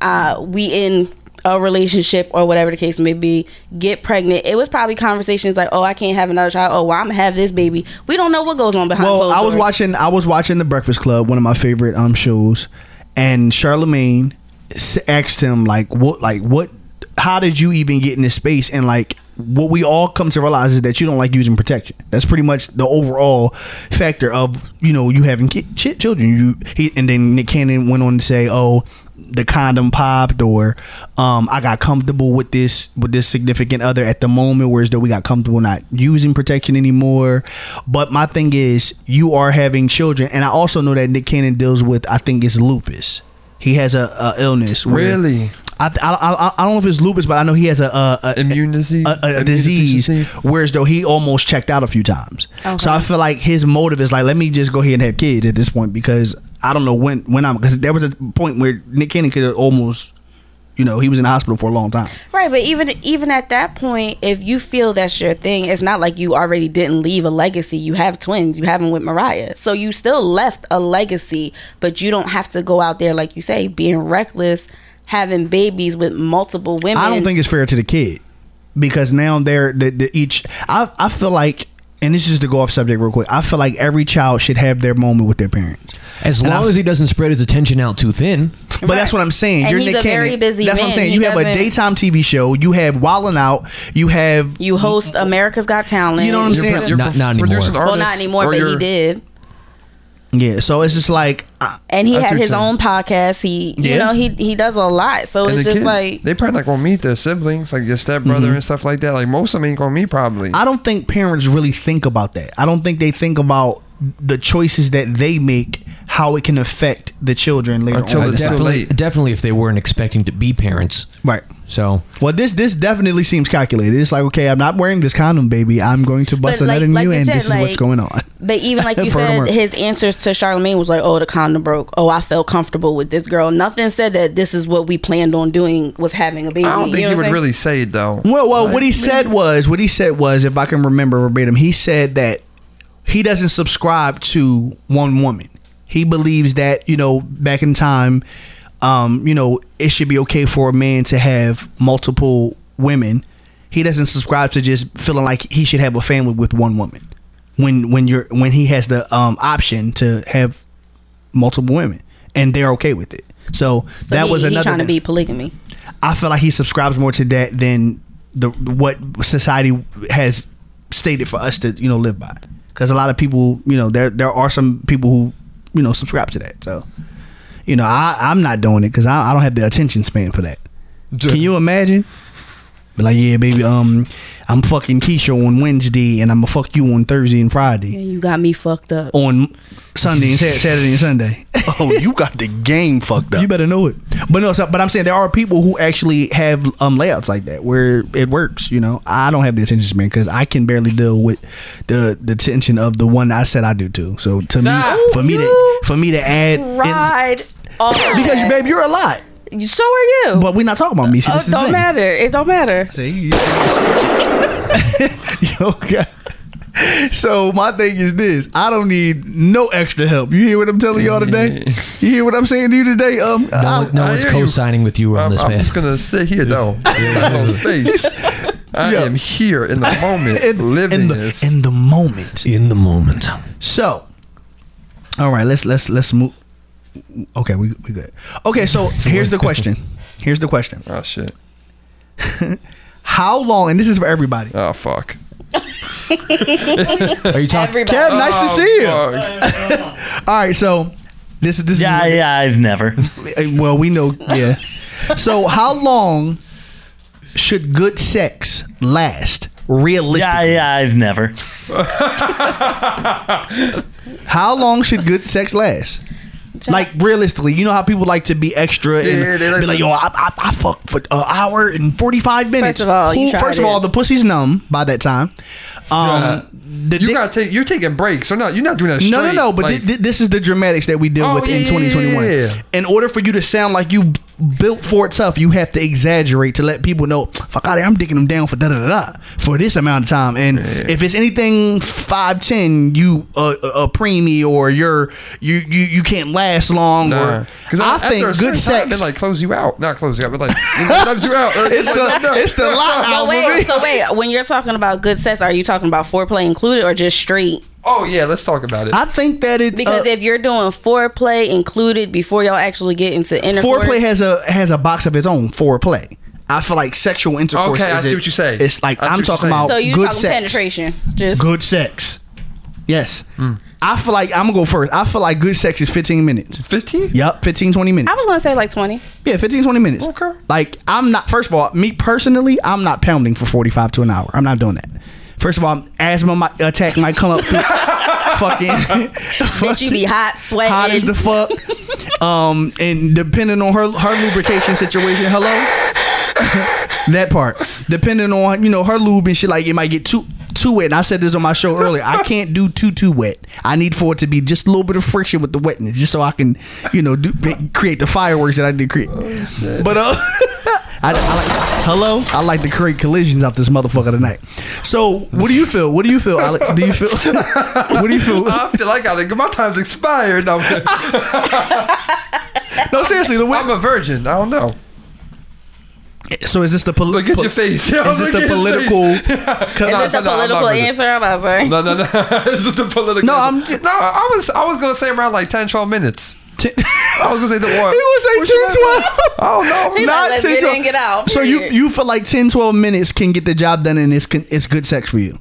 Uh, we in a relationship or whatever the case may be, get pregnant. It was probably conversations like, Oh, I can't have another child, oh well I'm gonna have this baby. We don't know what goes on behind Well, closed I was doors. watching. I was watching The Breakfast Club, one of my favorite um shows, and Charlemagne s- asked him like, "What? Like what? How did you even get in this space?" And like, what we all come to realize is that you don't like using protection. That's pretty much the overall factor of you know you having ki- chi- children. You he, and then Nick Cannon went on to say, "Oh." The condom popped, or um, I got comfortable with this with this significant other at the moment, whereas though we got comfortable not using protection anymore. But my thing is, you are having children, and I also know that Nick Cannon deals with, I think it's lupus. He has a, a illness. where- Really? I, I, I, I don't know if it's lupus, but I know he has a a, a, Immune disease? a, a Immune disease. deficiency? Whereas though he almost checked out a few times, Okay. so I feel like his motive is like, let me just go ahead and have kids at this point because I don't know when when I'm because there was a point where Nick Cannon could have almost, you know, he was in the hospital for a long time. Right, but even even at that point, if you feel that's your thing, it's not like you already didn't leave a legacy. You have twins, you have them with Mariah. So you still left a legacy, but you don't have to go out there like you say being reckless, having babies with multiple women. I don't think it's fair to the kid because now they're the, the each. I I feel like, and this is to go off subject real quick. I feel like every child should have their moment with their parents. As And long I- as he doesn't spread his attention out too thin. But that's what I'm saying. And You're he's Nick a very Cannon. busy That's what I'm man. saying. He You have a doesn't- daytime TV show. You have Wildin' Out. You have you host America's Got Talent. You know what I'm You're saying? pro- you're Not- pro- not anymore. producing Well, artists, not anymore, or but he you're- did. yeah. So it's just like I, And he That's had what his you're saying. own podcast. He, Yeah. you know, he he does a lot. So and it's the just kid, like they probably like gonna meet their siblings, like your stepbrother and stuff like that. Like most of them ain't gonna meet probably. I don't think parents really think about that. I don't think they think about the choices that they make, how it can affect the children later Until on. it's too Definitely, late. definitely if they weren't expecting to be parents. Right. So Well, this this definitely seems calculated. It's like, okay, I'm not wearing this condom, baby. I'm going to bust But a like- nut in like you, you and said, this is what's like- going on. But [LAUGHS] even like you For the said, work. his answers to Charlemagne was like, "Oh, the condom broke. Oh, I felt comfortable with this girl. Nothing said that this is what we planned on doing was having a baby." I don't You think know he what would I'm saying? really say it though. Well, well, Like, what he said was, what he said was, if I can remember verbatim, he said that he doesn't subscribe to one woman. He believes that you know, back in time, um, you know, it should be okay for a man to have multiple women. He doesn't subscribe to just feeling like he should have a family with one woman. When when you're when he has the um, option to have multiple women, and they're okay with it. So, So that he, was he another. trying to thing. be polygamy. I feel like he subscribes more to that than the what society has stated for us to you know live by. Because a lot of people, you know, there there are some people who you know subscribe to that. So, you know, I I'm not doing it because I, I don't have the attention span for that. Can you imagine? Be like, yeah, baby, um, I'm fucking Keisha on Wednesday, and I'm gonna fuck you on Thursday and Friday. Yeah, you got me fucked up. On Sunday and Sat- Saturday and Sunday. [LAUGHS] Oh, you got the game fucked up. You better know it. But no, so, but I'm saying there are people who actually have um layouts like that where it works. You know, I don't have the attention span because I can barely deal with the the tension of the one I said I do to. So to me, for me to you for me to add in- Ride off because babe, you're a lot. so are you. But we're not talking about me. See, oh, this it is the don't thing. matter. It don't matter. See, you- [LAUGHS] Yo, God. So my thing is this: I don't need no extra help. You hear what I'm telling y'all [LAUGHS] today? You hear what I'm saying to you today? Um, no, I- one- no I one's hear you. co-signing with you on I'm, this, I'm man. just gonna sit here [LAUGHS] though. My little [LAUGHS] space. I Yeah. am here [LAUGHS] in the moment, in, living in this. the, in the moment. In the moment. So, all right, let's let's let's move. Okay, we we good. Okay, [LAUGHS] so here's the question. Here's the question. oh shit! How long? And this is for everybody. Oh fuck! Are you talking? Everybody. Kev, nice Oh, to see you. All Oh, fuck. right, so this is this Yeah, is yeah, I've never. Uh, Well, we know, yeah. so, how long should good sex last? Yeah, Realistically, yeah, I've never. how long should good sex last? Like realistically, you know how people like to be extra and Yeah, they like be like, to- "Yo, I, I, I fucked for an hour and forty five minutes." of all, you Who- tried first of all, it. the pussy's numb by that time. Um, the You dick- gotta take. You're taking breaks. Or not? You're not doing that. Straight. no, no, no. But like, thi- thi- this is the dramatics that we deal Oh, with yeah, in yeah, 2021. yeah, yeah. In order for you to sound like you b- built for it tough, you have to exaggerate to let people know, fuck out of here, I'm digging them down for da da da da for this amount of time. And if it's anything five ten, you uh, a a preemie or you're you you you can't last long. Or because I after a think certain good time, sex. they like [LAUGHS] close you out, not close you out, [LAUGHS] but like it rubs you out. it's the it's the lot So out for me. wait, so wait. When you're talking about good sex, are you talking about foreplay included or just straight? Oh yeah, let's talk about it. I think that it's Because uh, if you're doing foreplay included before y'all actually get into intercourse, foreplay has a has a box of its own foreplay. I feel like sexual intercourse. Okay, I is see it- what you say. It's like I see I'm what you're talking saying. about so you good talking sex. penetration, just Good sex. Yes. Mm. I feel like I'm gonna go first. I feel like good sex is 15 minutes. Fifteen. Yep, 15, 20 minutes. I was gonna say like twenty. yeah, 15, 20 minutes. Okay. Like I'm not. First of all, me personally, I'm not pounding for 45 to an hour. I'm not doing that. First of all, asthma might, attack might come up. [LAUGHS] [LAUGHS] fucking. Bitch, you be hot, sweating. hot as the fuck. um, and depending on her her lubrication situation, hello, [LAUGHS] that part. Depending on you know her lube and shit, like it might get too too wet. And I said this on my show earlier. I can't do too too wet. I need for it to be just a little bit of friction with the wetness, just so I can you know do create the fireworks that I did create. Oh, but uh. [LAUGHS] I, I like, hello. I like to create collisions out this motherfucker tonight. So, what do you feel? What do you feel, Alex? Do you feel? [LAUGHS] what do you feel? I feel like I think my time's expired. No, [LAUGHS] I'm, No, seriously. The way, I'm a virgin. I don't know. So is this the political? Look at [LAUGHS] your face. Is [LAUGHS] this Look the at his political? face. [LAUGHS] Is Nah, this a nah, I'm not political with it. answer? I'm about to say. No, no, no. [LAUGHS] this is the political. No, I'm- answer. No, I was, I was gonna say around like 10, 12 minutes. Ten- I was gonna [LAUGHS] say the war. He was like 10, 12. [LAUGHS] Oh no. He Not like, let's 10, get 12. in and get out, So you period. you for like 10, 12 minutes can get the job done and it's con- it's good sex for you.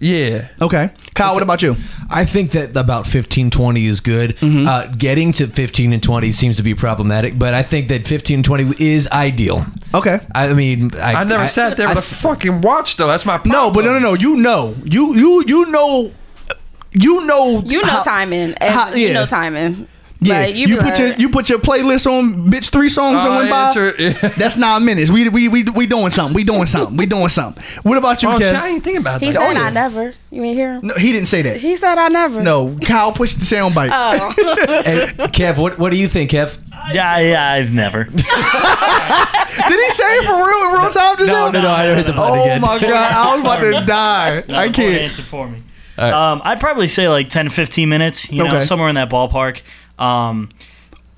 Yeah. Okay, Kyle. What about you? I think that about 15, 20 is good. Uh, getting to 15 and 20 seems to be problematic, but I think that 15 and 20 is ideal. Okay. I mean, I, I never sat there I with a s- fucking watch though. That's my problem. No, but no, no, no. You know, you you you know, you know, You know how- timing. how- You yeah. know timing. Yeah, Like, you, be put your like- you put your playlist on, bitch. Three songs that Oh, went by. [LAUGHS] yeah, sure, yeah. That's nine minutes. We we we we doing something. We doing something. We doing something. What about you, Oh, shit, I Kev? ain't thinking about He that. said Oh, yeah. I never. You ain't hear him. No, he didn't say that. He Uh, said I never. Oh. No, Kyle pushed the sound bite. Hey, Kev, what, what do you think, Kev? Yeah, yeah, I've never. Did he say it for real in real time? Just No, now? no, no, I don't hit the button Oh again. [LAUGHS] my god, I was about to die. I can't. Answer for me. All right. Um, I'd probably say like 10 15 minutes, you know, Okay. somewhere in that ballpark. Um,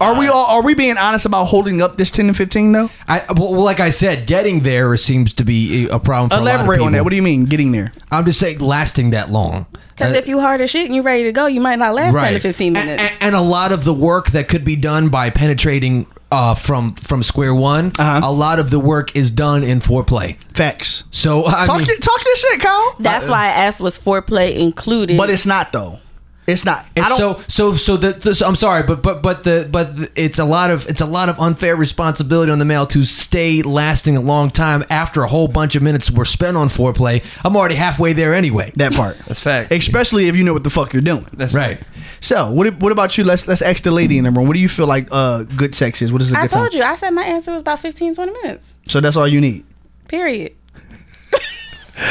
Are we all? Are we being honest about holding up this ten and fifteen though? I, well, like I said, getting there seems to be a problem for a lot of Elaborate people. on that. What do you mean getting there? I'm just saying lasting that long. Because if you hard as shit and you ready to go, you might not last [LAUGHS] ten to fifteen A- a- minutes. And, a lot of the work that could be done by penetrating uh, from from square one, Uh-huh. a lot of the work is done in foreplay. Facts. So [LAUGHS] I Talk mean, your talk your shit, Kyle. That's why I asked was foreplay included. uh, But it's not though. It's not. And I don't. so so so the, the so I'm sorry, but but but the but the- it's a lot of it's a lot of unfair responsibility on the male to stay lasting a long time after a whole bunch of minutes were spent on foreplay. I'm already halfway there anyway. [LAUGHS] that part. That's fact. Especially if you know what the fuck you're doing. That's [LAUGHS] Right. So what? What about you? Let's let's ask the lady in the room. What do you feel like? Uh, good sex is. What is a good I told time? you. I said my answer was about 15, 20 minutes. So that's all you need. Period.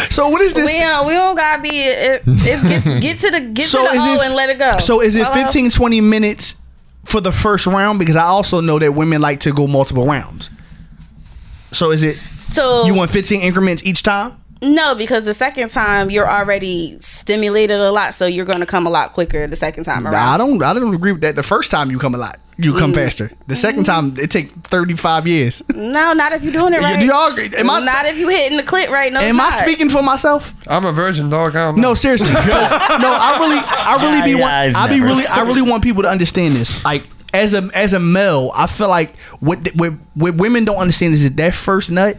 So what is this? We don't, we don't gotta be. It, it's get, get to the get to the O and let it go. So is it Hello? 15, 20 minutes for the first round? Because I also know that women like to go multiple rounds. So is it So you want 15 increments each time? no, because the second time you're already stimulated a lot, so you're gonna come a lot quicker the second time around. I don't I don't agree with that. The first time you come a lot, you come faster. The second time it take 35 years. Mm. No, not if you're doing it Do right. y'all agree? Am I- not if you hitting the clit right. No, Am it's I not. speaking for myself? I'm a virgin, dog. I don't know. No, [LAUGHS] seriously. 'Cause- no, I really, I really Yeah, be yeah, want, I've I be never. really, I really want people to understand this. Like as a as a male, I feel like what th- what, what women don't understand is that that first nut,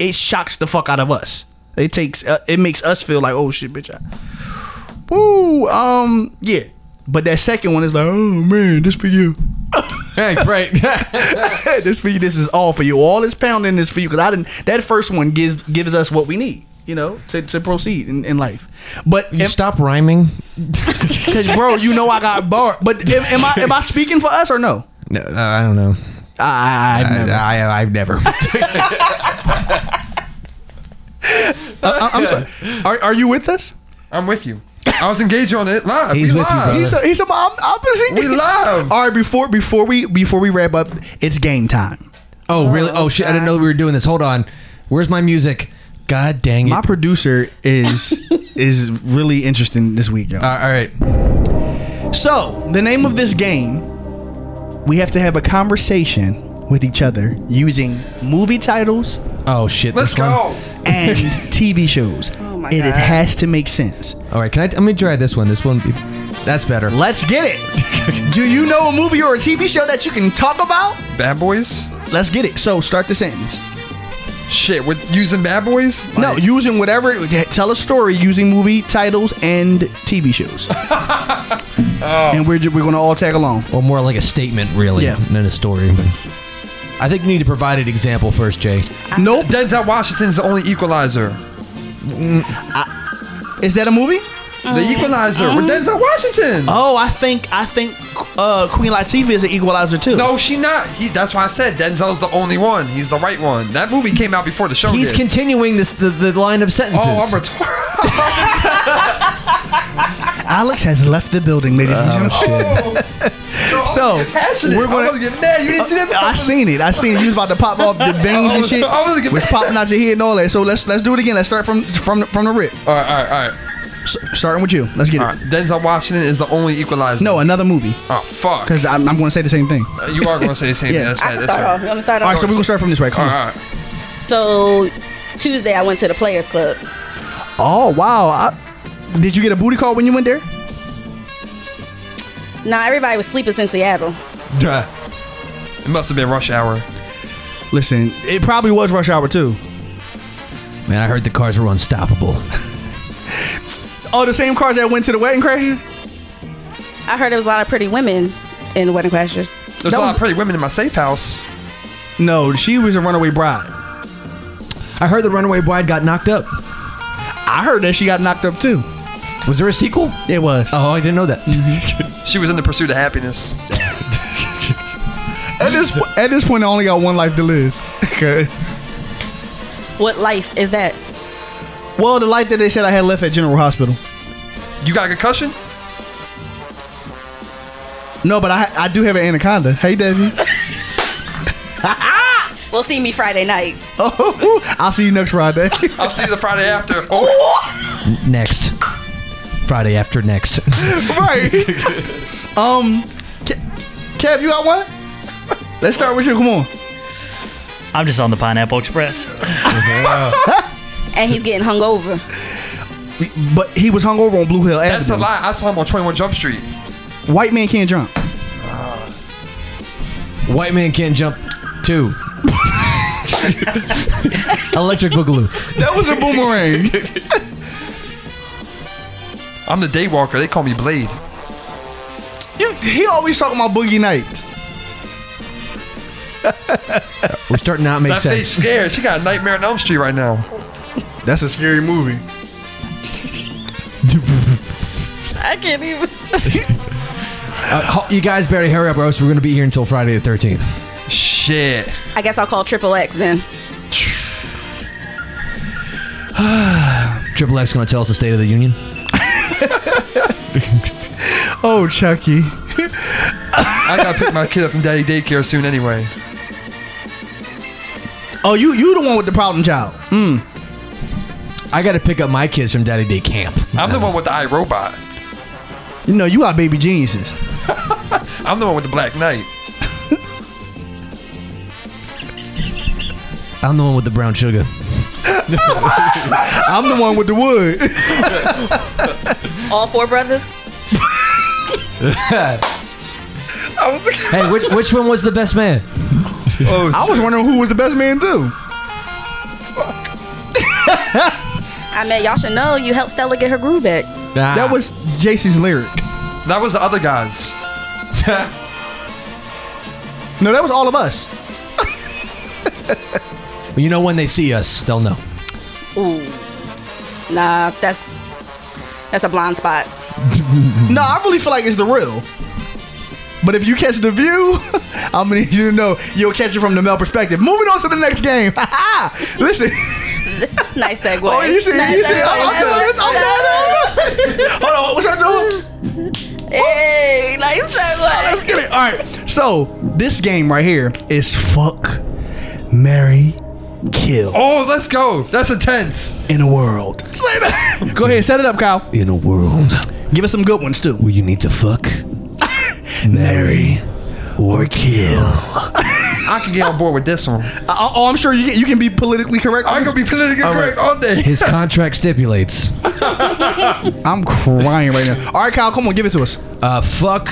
it shocks the fuck out of us. It takes uh, it makes us feel like oh shit, bitch. I, woo, um, yeah. But that second one is like, oh man, this for you. [LAUGHS] Hey, [LAUGHS] great. this for you. This is all for you. All this pounding is for you because I didn't. That first one gives gives us what we need, you know, to, to proceed in, in life. But you am- stop rhyming. Cause bro, you know I got bar. But am, am I am I speaking for us or no? No, uh, I don't know. I, I, I, I, I, I've never. I'm sorry. Are, are you with us? I'm with you. I was engaged on it live. He's we with you, live. brother. He's a, he's a mom opposite. We live. All right, before before we before we wrap up, it's game time. oh, really? Oh, shit. I didn't know we were doing this. Hold on. Where's my music? God dang it. My producer is is really interesting this week, y'all. all all right. So the name of this game, we have to have a conversation with each other using movie titles Oh, shit. Let's this one. go. and TV shows, Oh my and it God. has to make sense. All right. Can I? Let me try this one. This one. That's better. Let's get it. Do you know a movie or a TV show that you can talk about? Bad boys. Let's get it. So start the sentence. Shit, with using bad boys. No, Like, using whatever. Tell a story using movie titles and TV [LAUGHS] shows. And we're ju- we're gonna all tag along. Or more like a statement, really, Yeah. than a story. But I think you need to provide an example first, Jay. Nope. Denzel Washington's the only equalizer. Is that a movie? The equalizer with Denzel Washington. Uh. Oh, I think I think uh, Queen Latifah is an equalizer too. No, she not. He. That's why I said Denzel's the only one. He's the right one. That movie came out before the show. He's did. continuing this the, the line of sentences. Oh, I'm retarded. Alex has left the building, ladies and gentlemen. [LAUGHS] So uh, we're gonna, I was getting mad. You didn't see that. I seen it. I seen it. You was about to pop off [LAUGHS] the veins and shit. I was- I was- was popping out your head and all that. So let's let's do it again. Let's start from from from the rip. All right, all right, all right. S- starting with you. Let's get All it. right. Denzel Washington is the only equalizer. No, another movie. Oh fuck. Because I'm, I'm going to say the same thing. Uh, you are going to say the [LAUGHS] same Yeah. thing. That's I right. can That's start off. right. You want me to start All off? right, so we're going to start from this way. All Come on. right. So Tuesday I went to the Players Club. Oh, wow. I, did you get a booty call when you went there? Now everybody was sleeping since Seattle. It must have been rush hour. Listen, it probably was rush hour too. Man, I heard the cars were unstoppable. Oh, the same cars that went to the wedding crashing? I heard there was a lot of pretty women in Wedding Crashers. That There's a lot was- of pretty women in my safe house. No, she was a runaway bride. I heard the runaway bride got knocked up. I heard that she got knocked up too. Was there a sequel? It was. Oh, I didn't know that. She was in the pursuit of happiness. At this at this point, I only got one life to live. [LAUGHS] Okay. What life is that? Well, the life that they said I had left at General Hospital. You got a concussion? No, but I I do have an anaconda. Hey, Desi. Well, see me Friday night. Oh, [LAUGHS] I'll see you next Friday. I'll see you the Friday [LAUGHS] after. Oh, next. Friday after next. [LAUGHS] right. [LAUGHS] um, Ke- Kev, you got one? Let's start with you. Come on. I'm just on the Pineapple Express. And he's getting hungover. But he was hungover on Blue Hill Avenue. that's a lie. I saw him on 21 Jump Street. White man can't jump. White man can't jump two. Electric Boogaloo. That was a boomerang. I'm the daywalker. They call me Blade. [LAUGHS] you, he always talking about Boogie Nights. We're starting to not make That face sense. scared. She got a nightmare on Elm Street right now. That's a scary movie. [LAUGHS] I can't even. Uh, ho- you guys better hurry up, or else we're going to be here until Friday the 13th. Shit. I guess I'll call Triple X then. Triple X going to tell us the State of the Union. Oh, Chucky. I gotta pick my kid up from daddy daycare soon anyway. Oh, you you the one with the problem child. Mm. I got to pick up my kids from Daddy Day Camp. I'm the one with the iRobot. You know you got baby geniuses. I'm the one with the Black Knight. I'm the one with the brown sugar. I'm the one with the [LAUGHS] wood. All four brothers. Hey, which, which one was the best man? I was wondering who was the best man too. I mean, y'all should know you helped Stella get her groove back. That was JC's lyric. That was the other guys. [LAUGHS] No, that was all of us. You know when they see us, they'll know. Ooh, nah, that's that's a blind spot. [LAUGHS] No, I really feel like it's the real. But if you catch the view, [LAUGHS] I'm gonna need you to know you'll catch it from the male perspective. Moving on to the next game. [LAUGHS] Listen. [LAUGHS] Nice segue. Oh, you see, nice you see. segue. I'm, I'm done. I'm done. I'm done. Hold on. What's our doing? Hey, nice Oh, segue. let's get it. All right. So this game right here is fuck, Mary, kill Oh, let's go. That's intense. in a world. Say that. [LAUGHS] Go ahead, set it up, Kyle. In a world Give us some good ones too. where you need to fuck, Mary or kill. I can get on board with this one. Oh, oh, I'm sure you can, you can be politically correct. I could be politically correct all day. his contract stipulates I'm crying right now. All right, Kyle, come on, give it to us. uh, fuck,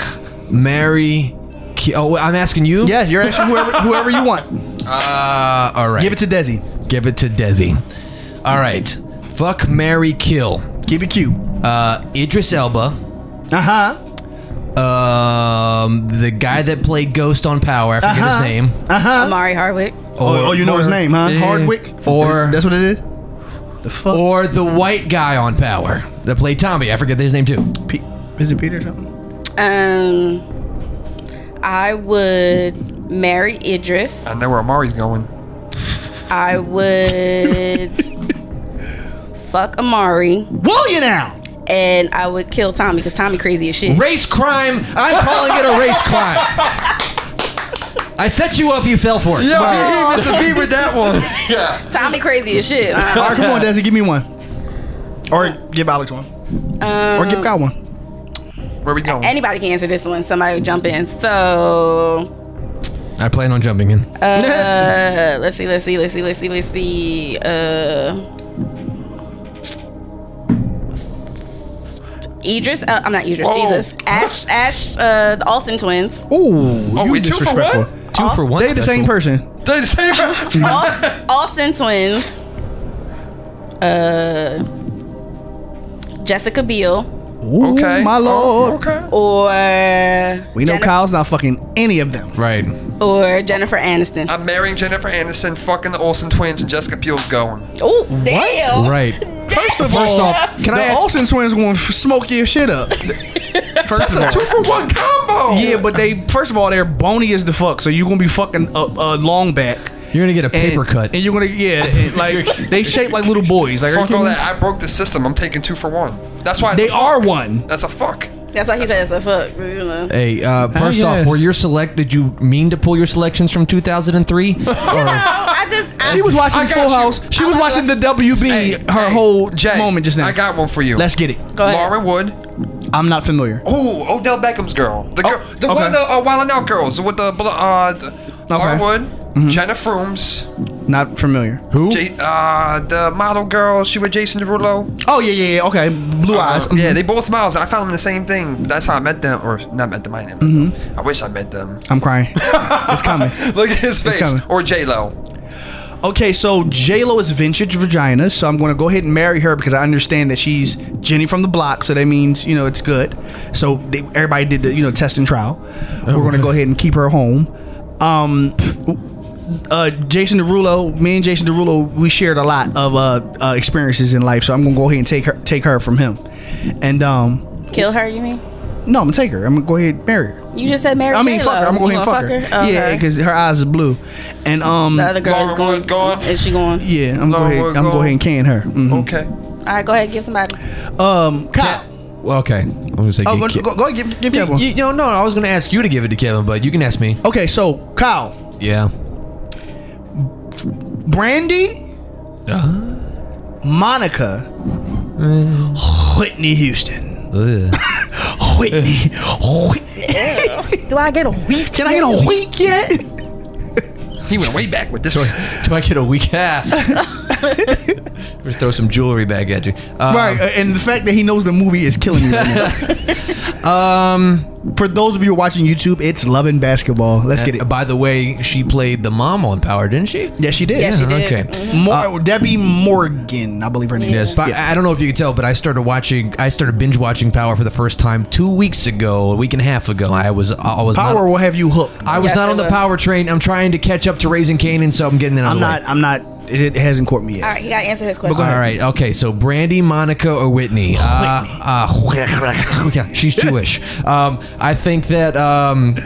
marry, kill. Oh, I'm asking you? Yeah, you're asking whoever whoever you want. Uh, all right. Give it to Desi. Give it to Desi. All right. Fuck, marry, kill. Keep it cute. Uh, Idris Elba. Uh huh. Um, the guy that played Ghost on Power. I forget Uh-huh. his name. Amari Hardwick. Oh, oh, you know his name, huh? Yeah. Hardwick. Or- that's what it is. The fuck. Or the white guy on Power that played Tommy. I forget his name too. Pe- is it Peter or something? Um, I would marry Idris. I know where Amari's going. [LAUGHS] I would fuck Amari, Will you now? and I would kill Tommy because Tommy crazy as shit. Race crime. I'm calling it a race [LAUGHS] crime. I set you up. You fell for it. Yo, he must have beat with that one. Yeah. Tommy crazy as shit. All Uh, right, come on, Desi, give me one. Or give Alex one. or give Kyle one. [LAUGHS] Where we going? anybody can answer this one. Somebody jump in. So I plan on jumping in. uh, let's see, let's see, let's see, let's see, let's see. Uh, Idris, uh, I'm not Idris. Whoa. Jesus, Ash, Ash, uh, the Olsen twins. [LAUGHS] Ooh, Oh, you we two for disrespectful. one? Two for one. They the same special. person. They the same. Al- Austin twins. Uh, Jessica Biel [LAUGHS] Ooh, Okay. my Oh, lord. okay. or We know Jennifer, Kyle's not fucking any of them. Right. or Jennifer Aniston. Uh, I'm marrying Jennifer Aniston, fucking the Olsen twins, and Jessica Biel's going. Oh damn! Right. First of First all, off, can the I ask- Olsen twins going to smoke your shit [LAUGHS] up. First That's a two of all. for one combo. Yeah, but they first of all they're bony as the fuck, so you're gonna be fucking a, a long back. You're gonna get a And- paper cut. and you're gonna yeah, and, like [LAUGHS] they shape like little boys. Like Fuck all that. I broke the system. I'm taking two for one. That's why it's They a are fuck. one. That's a fuck. That's why he says the fuck. You know. Hey, uh, first off, yes. were your select? Did you mean to pull your selections from 2003? No, Oh, I just I, She was I watching got Full you. House. She was watching the WB Hey, her hey, whole Jay, moment just now. I got one for you. Let's get it. Go ahead. Lauren Wood. I'm not familiar. Ooh, Odell Beckham's girl. The girl, the okay. one of the uh, Wild 'N Out girls with the bl- uh, the- Lauren Wood, Jenna Frooms, Not familiar. Who? J- uh, the model girl. She with Jason Derulo. Oh yeah, yeah, yeah. Okay, blue eyes. Mm-hmm. Uh, yeah, they both models. I found them the same thing. That's how I met them, or not met them. I didn't. meet them. I wish I met them. I'm [LAUGHS] crying. it's coming. Look at his face. coming. Or J Lo. Okay, so J Lo is vintage vagina, so I'm gonna go ahead and marry her because I understand that she's Jenny from the block, so that means you know it's good. So they, everybody did the you know test and trial. We're gonna go ahead and keep her home. Um, uh, Jason Derulo, me and Jason Derulo, we shared a lot of uh, uh, experiences in life, so I'm gonna go ahead and take her take her from him. And um, kill her. You mean? no, I'm gonna take her. I'm gonna go ahead and marry her. You just said marry. I mean, J-Lo. fuck her. I'm gonna go You ahead and fuck her. Okay. Yeah, because her eyes is blue, and um, the other girl Lauren is going. Wood gone. Is she going? yeah, I'm No, go ahead. we're I'm go going- ahead and can her. Mhm. Okay. All right, go ahead. Give somebody. Um, Kyle. Okay, I'm gonna say. Oh, you- go, go, go ahead, give, give Kev You, one. you, no, no, I was gonna ask you to give it to Kevin, but you can ask me. Okay, so Kyle, Yeah. Brandy, Uh, Monica, Whitney Houston, ugh. Whitney, Whitney. Do I get a week? Can I get [LAUGHS] a week yet? Um, He went way back with [LAUGHS] this do, one. [LAUGHS] I, do I get a week? Ah. Just throw some jewelry back at you. Uh, right, and the fact that he knows the movie is killing me. Right now. [LAUGHS] Um. For those of you who are watching YouTube, it's loving basketball. Let's get it. By the way, she played the mom on Power, didn't she? Yes, she did. Mm-hmm. Yes, she did. Okay. Mor- Debbie Morgan, I believe her name Uh, Yes, is. but Yeah. I don't know if you can tell, but I started watching. I started binge watching Power for the first time two weeks ago, a week and a half ago. I was, I was Power Not, will have you hooked. I I, was Yes, not it on the will. Power train. I'm trying to catch up to Raising Canaan, so I'm getting it. am out of the way. not. I'm not. It, it hasn't caught me yet. All right, he got to answer his question. All right. Okay. So Brandy, Monica, or Whitney? Uh, uh, [LAUGHS] yeah, she's Jewish. Um, I think that. Um,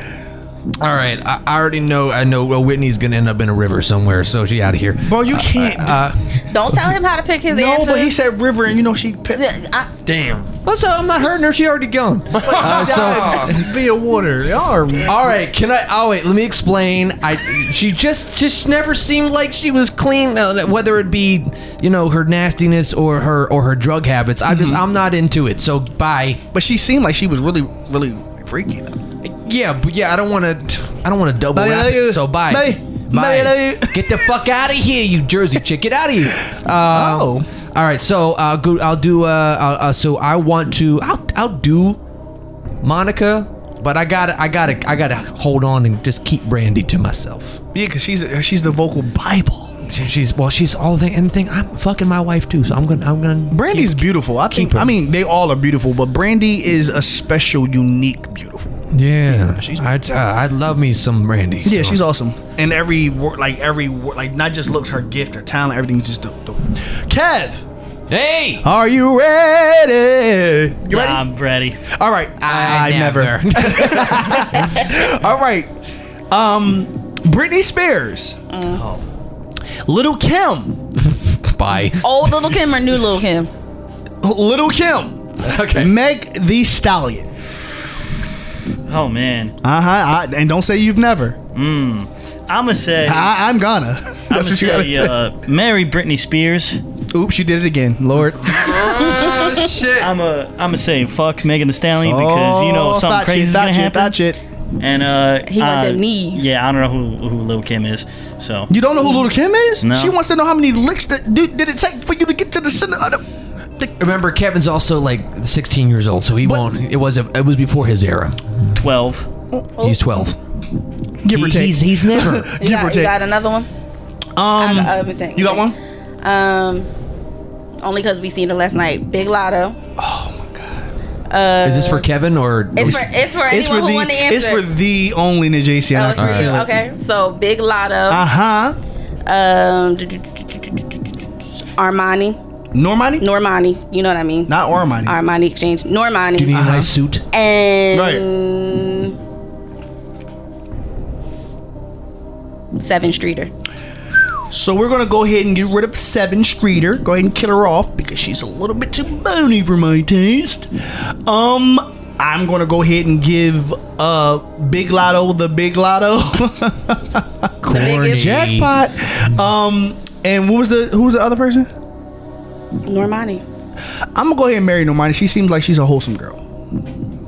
all right. I, I already know. I know. Well, Whitney's gonna end up in a river somewhere, so she out of here. Bro, you can't. Don't tell him how to pick his no, answer. but he said River, and you know she. Pe- [LAUGHS] I, Damn. What's up? I'm not hurting her. She already gone. Uh, so. via water. Y'all are. All right, can I? Oh wait, let me explain. I she just just never seemed like she was clean, uh, whether it be you know her nastiness or her or her drug habits. I Mm-hmm. just I'm not into it. So bye. But she seemed like she was really, really freaky. Yeah, but yeah, I don't want to. I don't want to double Bye, wrap love it. you. So bye. Bye. Bye. Bye, love you. Get the fuck out of here, you Jersey chick. Get out of [LAUGHS] here. Uh, Oh. All right. So uh, go, I'll do. Uh, uh, uh, so I want to. I'll, I'll do Monica, but I gotta. I gotta. I gotta hold on and just keep Brandy to myself. Yeah, because she's she's the vocal bible. She- She's well. She's all the and the thing. I'm fucking my wife too. So I'm gonna. I'm gonna. Brandy's beautiful. I think. her. I mean, they all are beautiful, but Brandy is a special, unique, beautiful. Yeah. she's- I. Uh, I love me some Brandy. Yeah, so. she's awesome. And every wor- like every wor- like not just looks, her gift, her talent, everything's just dope. dope. Kev, Hey. are you ready? You Nah, ready? I'm ready. All right. I, [LAUGHS] never. All right. Um, Britney Spears, Oh, Little Kim, bye. old little Kim or new little Kim? Little Kim, Okay. Meg the Stallion. Oh man, Uh huh. And don't say you've never. I'ma say, I'ma I, I'm gonna. Ah, [LAUGHS] That's say, what you gotta say. uh, marry Britney Spears. Oops, you did it again, Lord. Oh, [LAUGHS] shit. I'm a, I'ma say, fuck Megan the Stallion because you Oh, know something crazy is gonna happen. it. And uh, He got uh, them knees. Yeah, I don't know who who Lil Kim is. So You don't know who Little Kim is? No. She wants to know how many licks that dude did it take for you to get to the center of the. Remember, Kevin's also like 16 years old, so he But- won't. It was a, it was before his era. twelve. He's 12. Oh. Give He- or take. He's, he's never. Give You or got, you take. got another one? um, I, I would think. you got one? Um, only because we seen her last night. Big Lotto. Is this for Kevin or? It's for it's for It's anyone Uh, for who want the to answer. it's for the only Najasi. Oh, I it's for can you. feel it. Okay, so Big Lotto. Uh huh. um, Armani, Normani? Normani. You know what I mean? Not Armani. Armani Exchange, Normani, Do you need Uh-huh. a nice suit? and Seven Streeter. So we're gonna go ahead and get rid of Seven Streeter. Go ahead and kill her off because she's a little bit too bony for my taste. Um, I'm gonna go ahead and give uh Big Lotto the Big Lotto [LAUGHS] Corny. biggest- jackpot. Um, and what was the who was the other person? Normani. I'm gonna go ahead and marry Normani. She seems like she's a wholesome girl.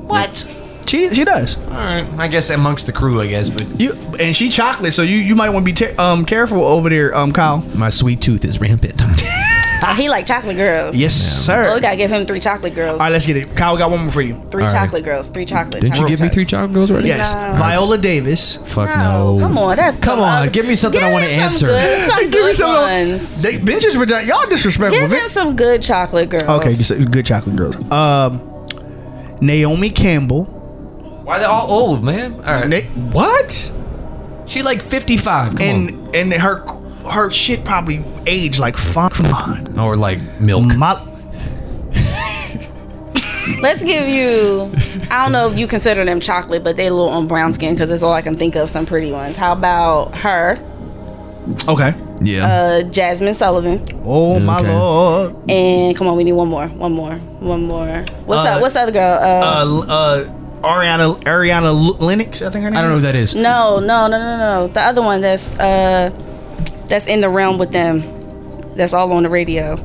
What? She she does. All right. I guess amongst the crew, I guess, but You and she chocolate, so you you might want to be ter- um careful over there, um Kyle. my sweet tooth is [LAUGHS] rampant. Oh, he like chocolate girls. Yes, sir. Oh, we gotta give him three chocolate girls. All right, let's get it. Kyle, we got one more for you. Three All right. chocolate girls. Three chocolate. Didn't you chocolate give me three chocolate girls already? Yes, No. Viola Davis. Fuck no. No, come on, that's Come some on, other- give me something I Give wanna him answer. some [LAUGHS] Good, some Give me good some ones. of they, Benches for that. Y'all disrespectful. Give him some good chocolate girls. okay, you said good chocolate girls. Um, Naomi Campbell. Why they all old, man? All right. Na- what? She like 55. Come And and her her shit probably aged like fuck. Come on, on. Or like milk. my. Let's give you. I don't know if you consider them chocolate, but they a little on brown skin because that's all I can think of. Some pretty ones. How about her, Okay. Yeah. uh, Jasmine Sullivan, Oh my Okay. lord. and come on, we need one more, one more, one more. What's Uh, up? What's the other girl? Uh, Uh, uh, Ariana Ariana L- Lennox. I think her name. I don't know who that is. no, no, no, no, no. The other one that's uh, that's in the realm with them. That's all on the radio.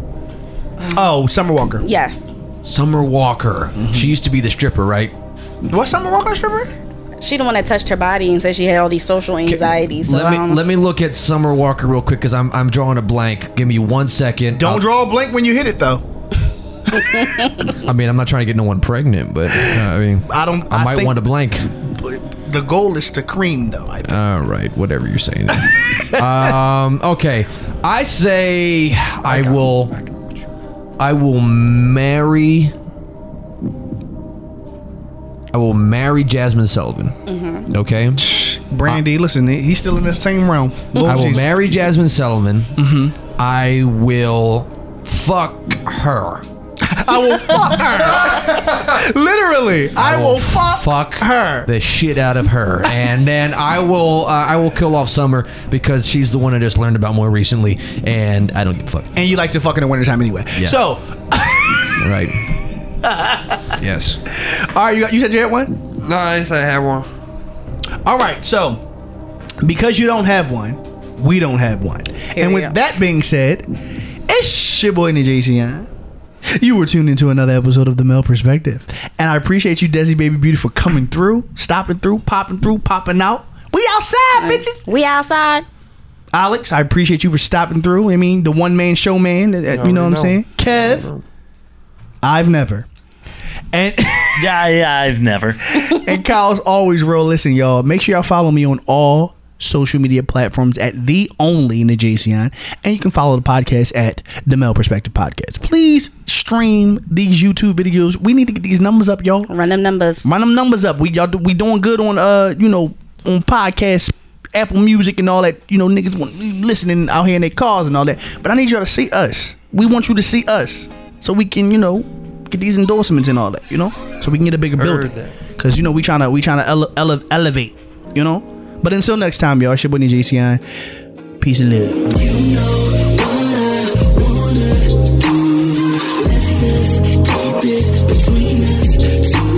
Oh, Summer Walker. Yes. Mm-hmm. Summer Walker. She used to be the stripper, right? What Summer Walker stripper? She the one that touched her body and said she had all these social anxieties. So um, let um, me I don't know. let me look at Summer Walker real quick because I'm I'm drawing a blank. Give me one second. Uh, Don't I'll- draw a blank when you hit it though. I mean, I'm not trying to get no one pregnant, but uh, I mean, I don't- I, I might think- want a blank. But the goal is to cream though. I think. All right, whatever you're saying. [LAUGHS] um, okay, I say I will. I will marry. I will marry Jasmine Sullivan. Okay. Brandy, listen, he- he's still in the same realm. Lord I will Oh, Jesus. Mm-hmm. marry Jasmine Sullivan. I will fuck her. I will fuck her. [LAUGHS] Literally, I, will, fuck, her. the shit out [LAUGHS] of her, and then I will uh, I will kill off Summer because she's the one I just learned about more recently, and I don't give a fuck. and you like to fuck in the wintertime anyway. [LAUGHS] Yeah. So, All Right? yes. all right, you, got, you said you had one. No, I just I had one. All right, so because you don't have one, we don't have one. and we with go. that being said, it's your boy NJCN. You were tuned into another episode of The Male Perspective, and I appreciate you, Desi Baby Beauty, for coming through, stopping through, popping through, popping out. We outside, bitches. we outside. Alex, I appreciate you for stopping through. I mean, the one man showman. uh, You know what I'm saying? Kev, I've never. And [LAUGHS] Yeah, yeah, I've never. and Kyle's always real. Listen, y'all, make sure y'all follow me on all social media platforms at the only Najacion. And you can follow the podcast at the Male Perspective Podcast. Please stream these YouTube videos. We need to get these numbers up, y'all. Run them numbers. Run them numbers up. We y'all do, we doing good on uh you know on podcasts, Apple Music and all that. You know niggas want listening out here in their cars and all that. But I need y'all to see us. We want you to see us so we can you know get these endorsements and all that. You know so we can get a bigger Heard building. Cause you know we trying to we trying to ele- ele- elevate. You know. But until next time, y'all. It's your boy JCN. Peace and love. Let's just keep it between us two.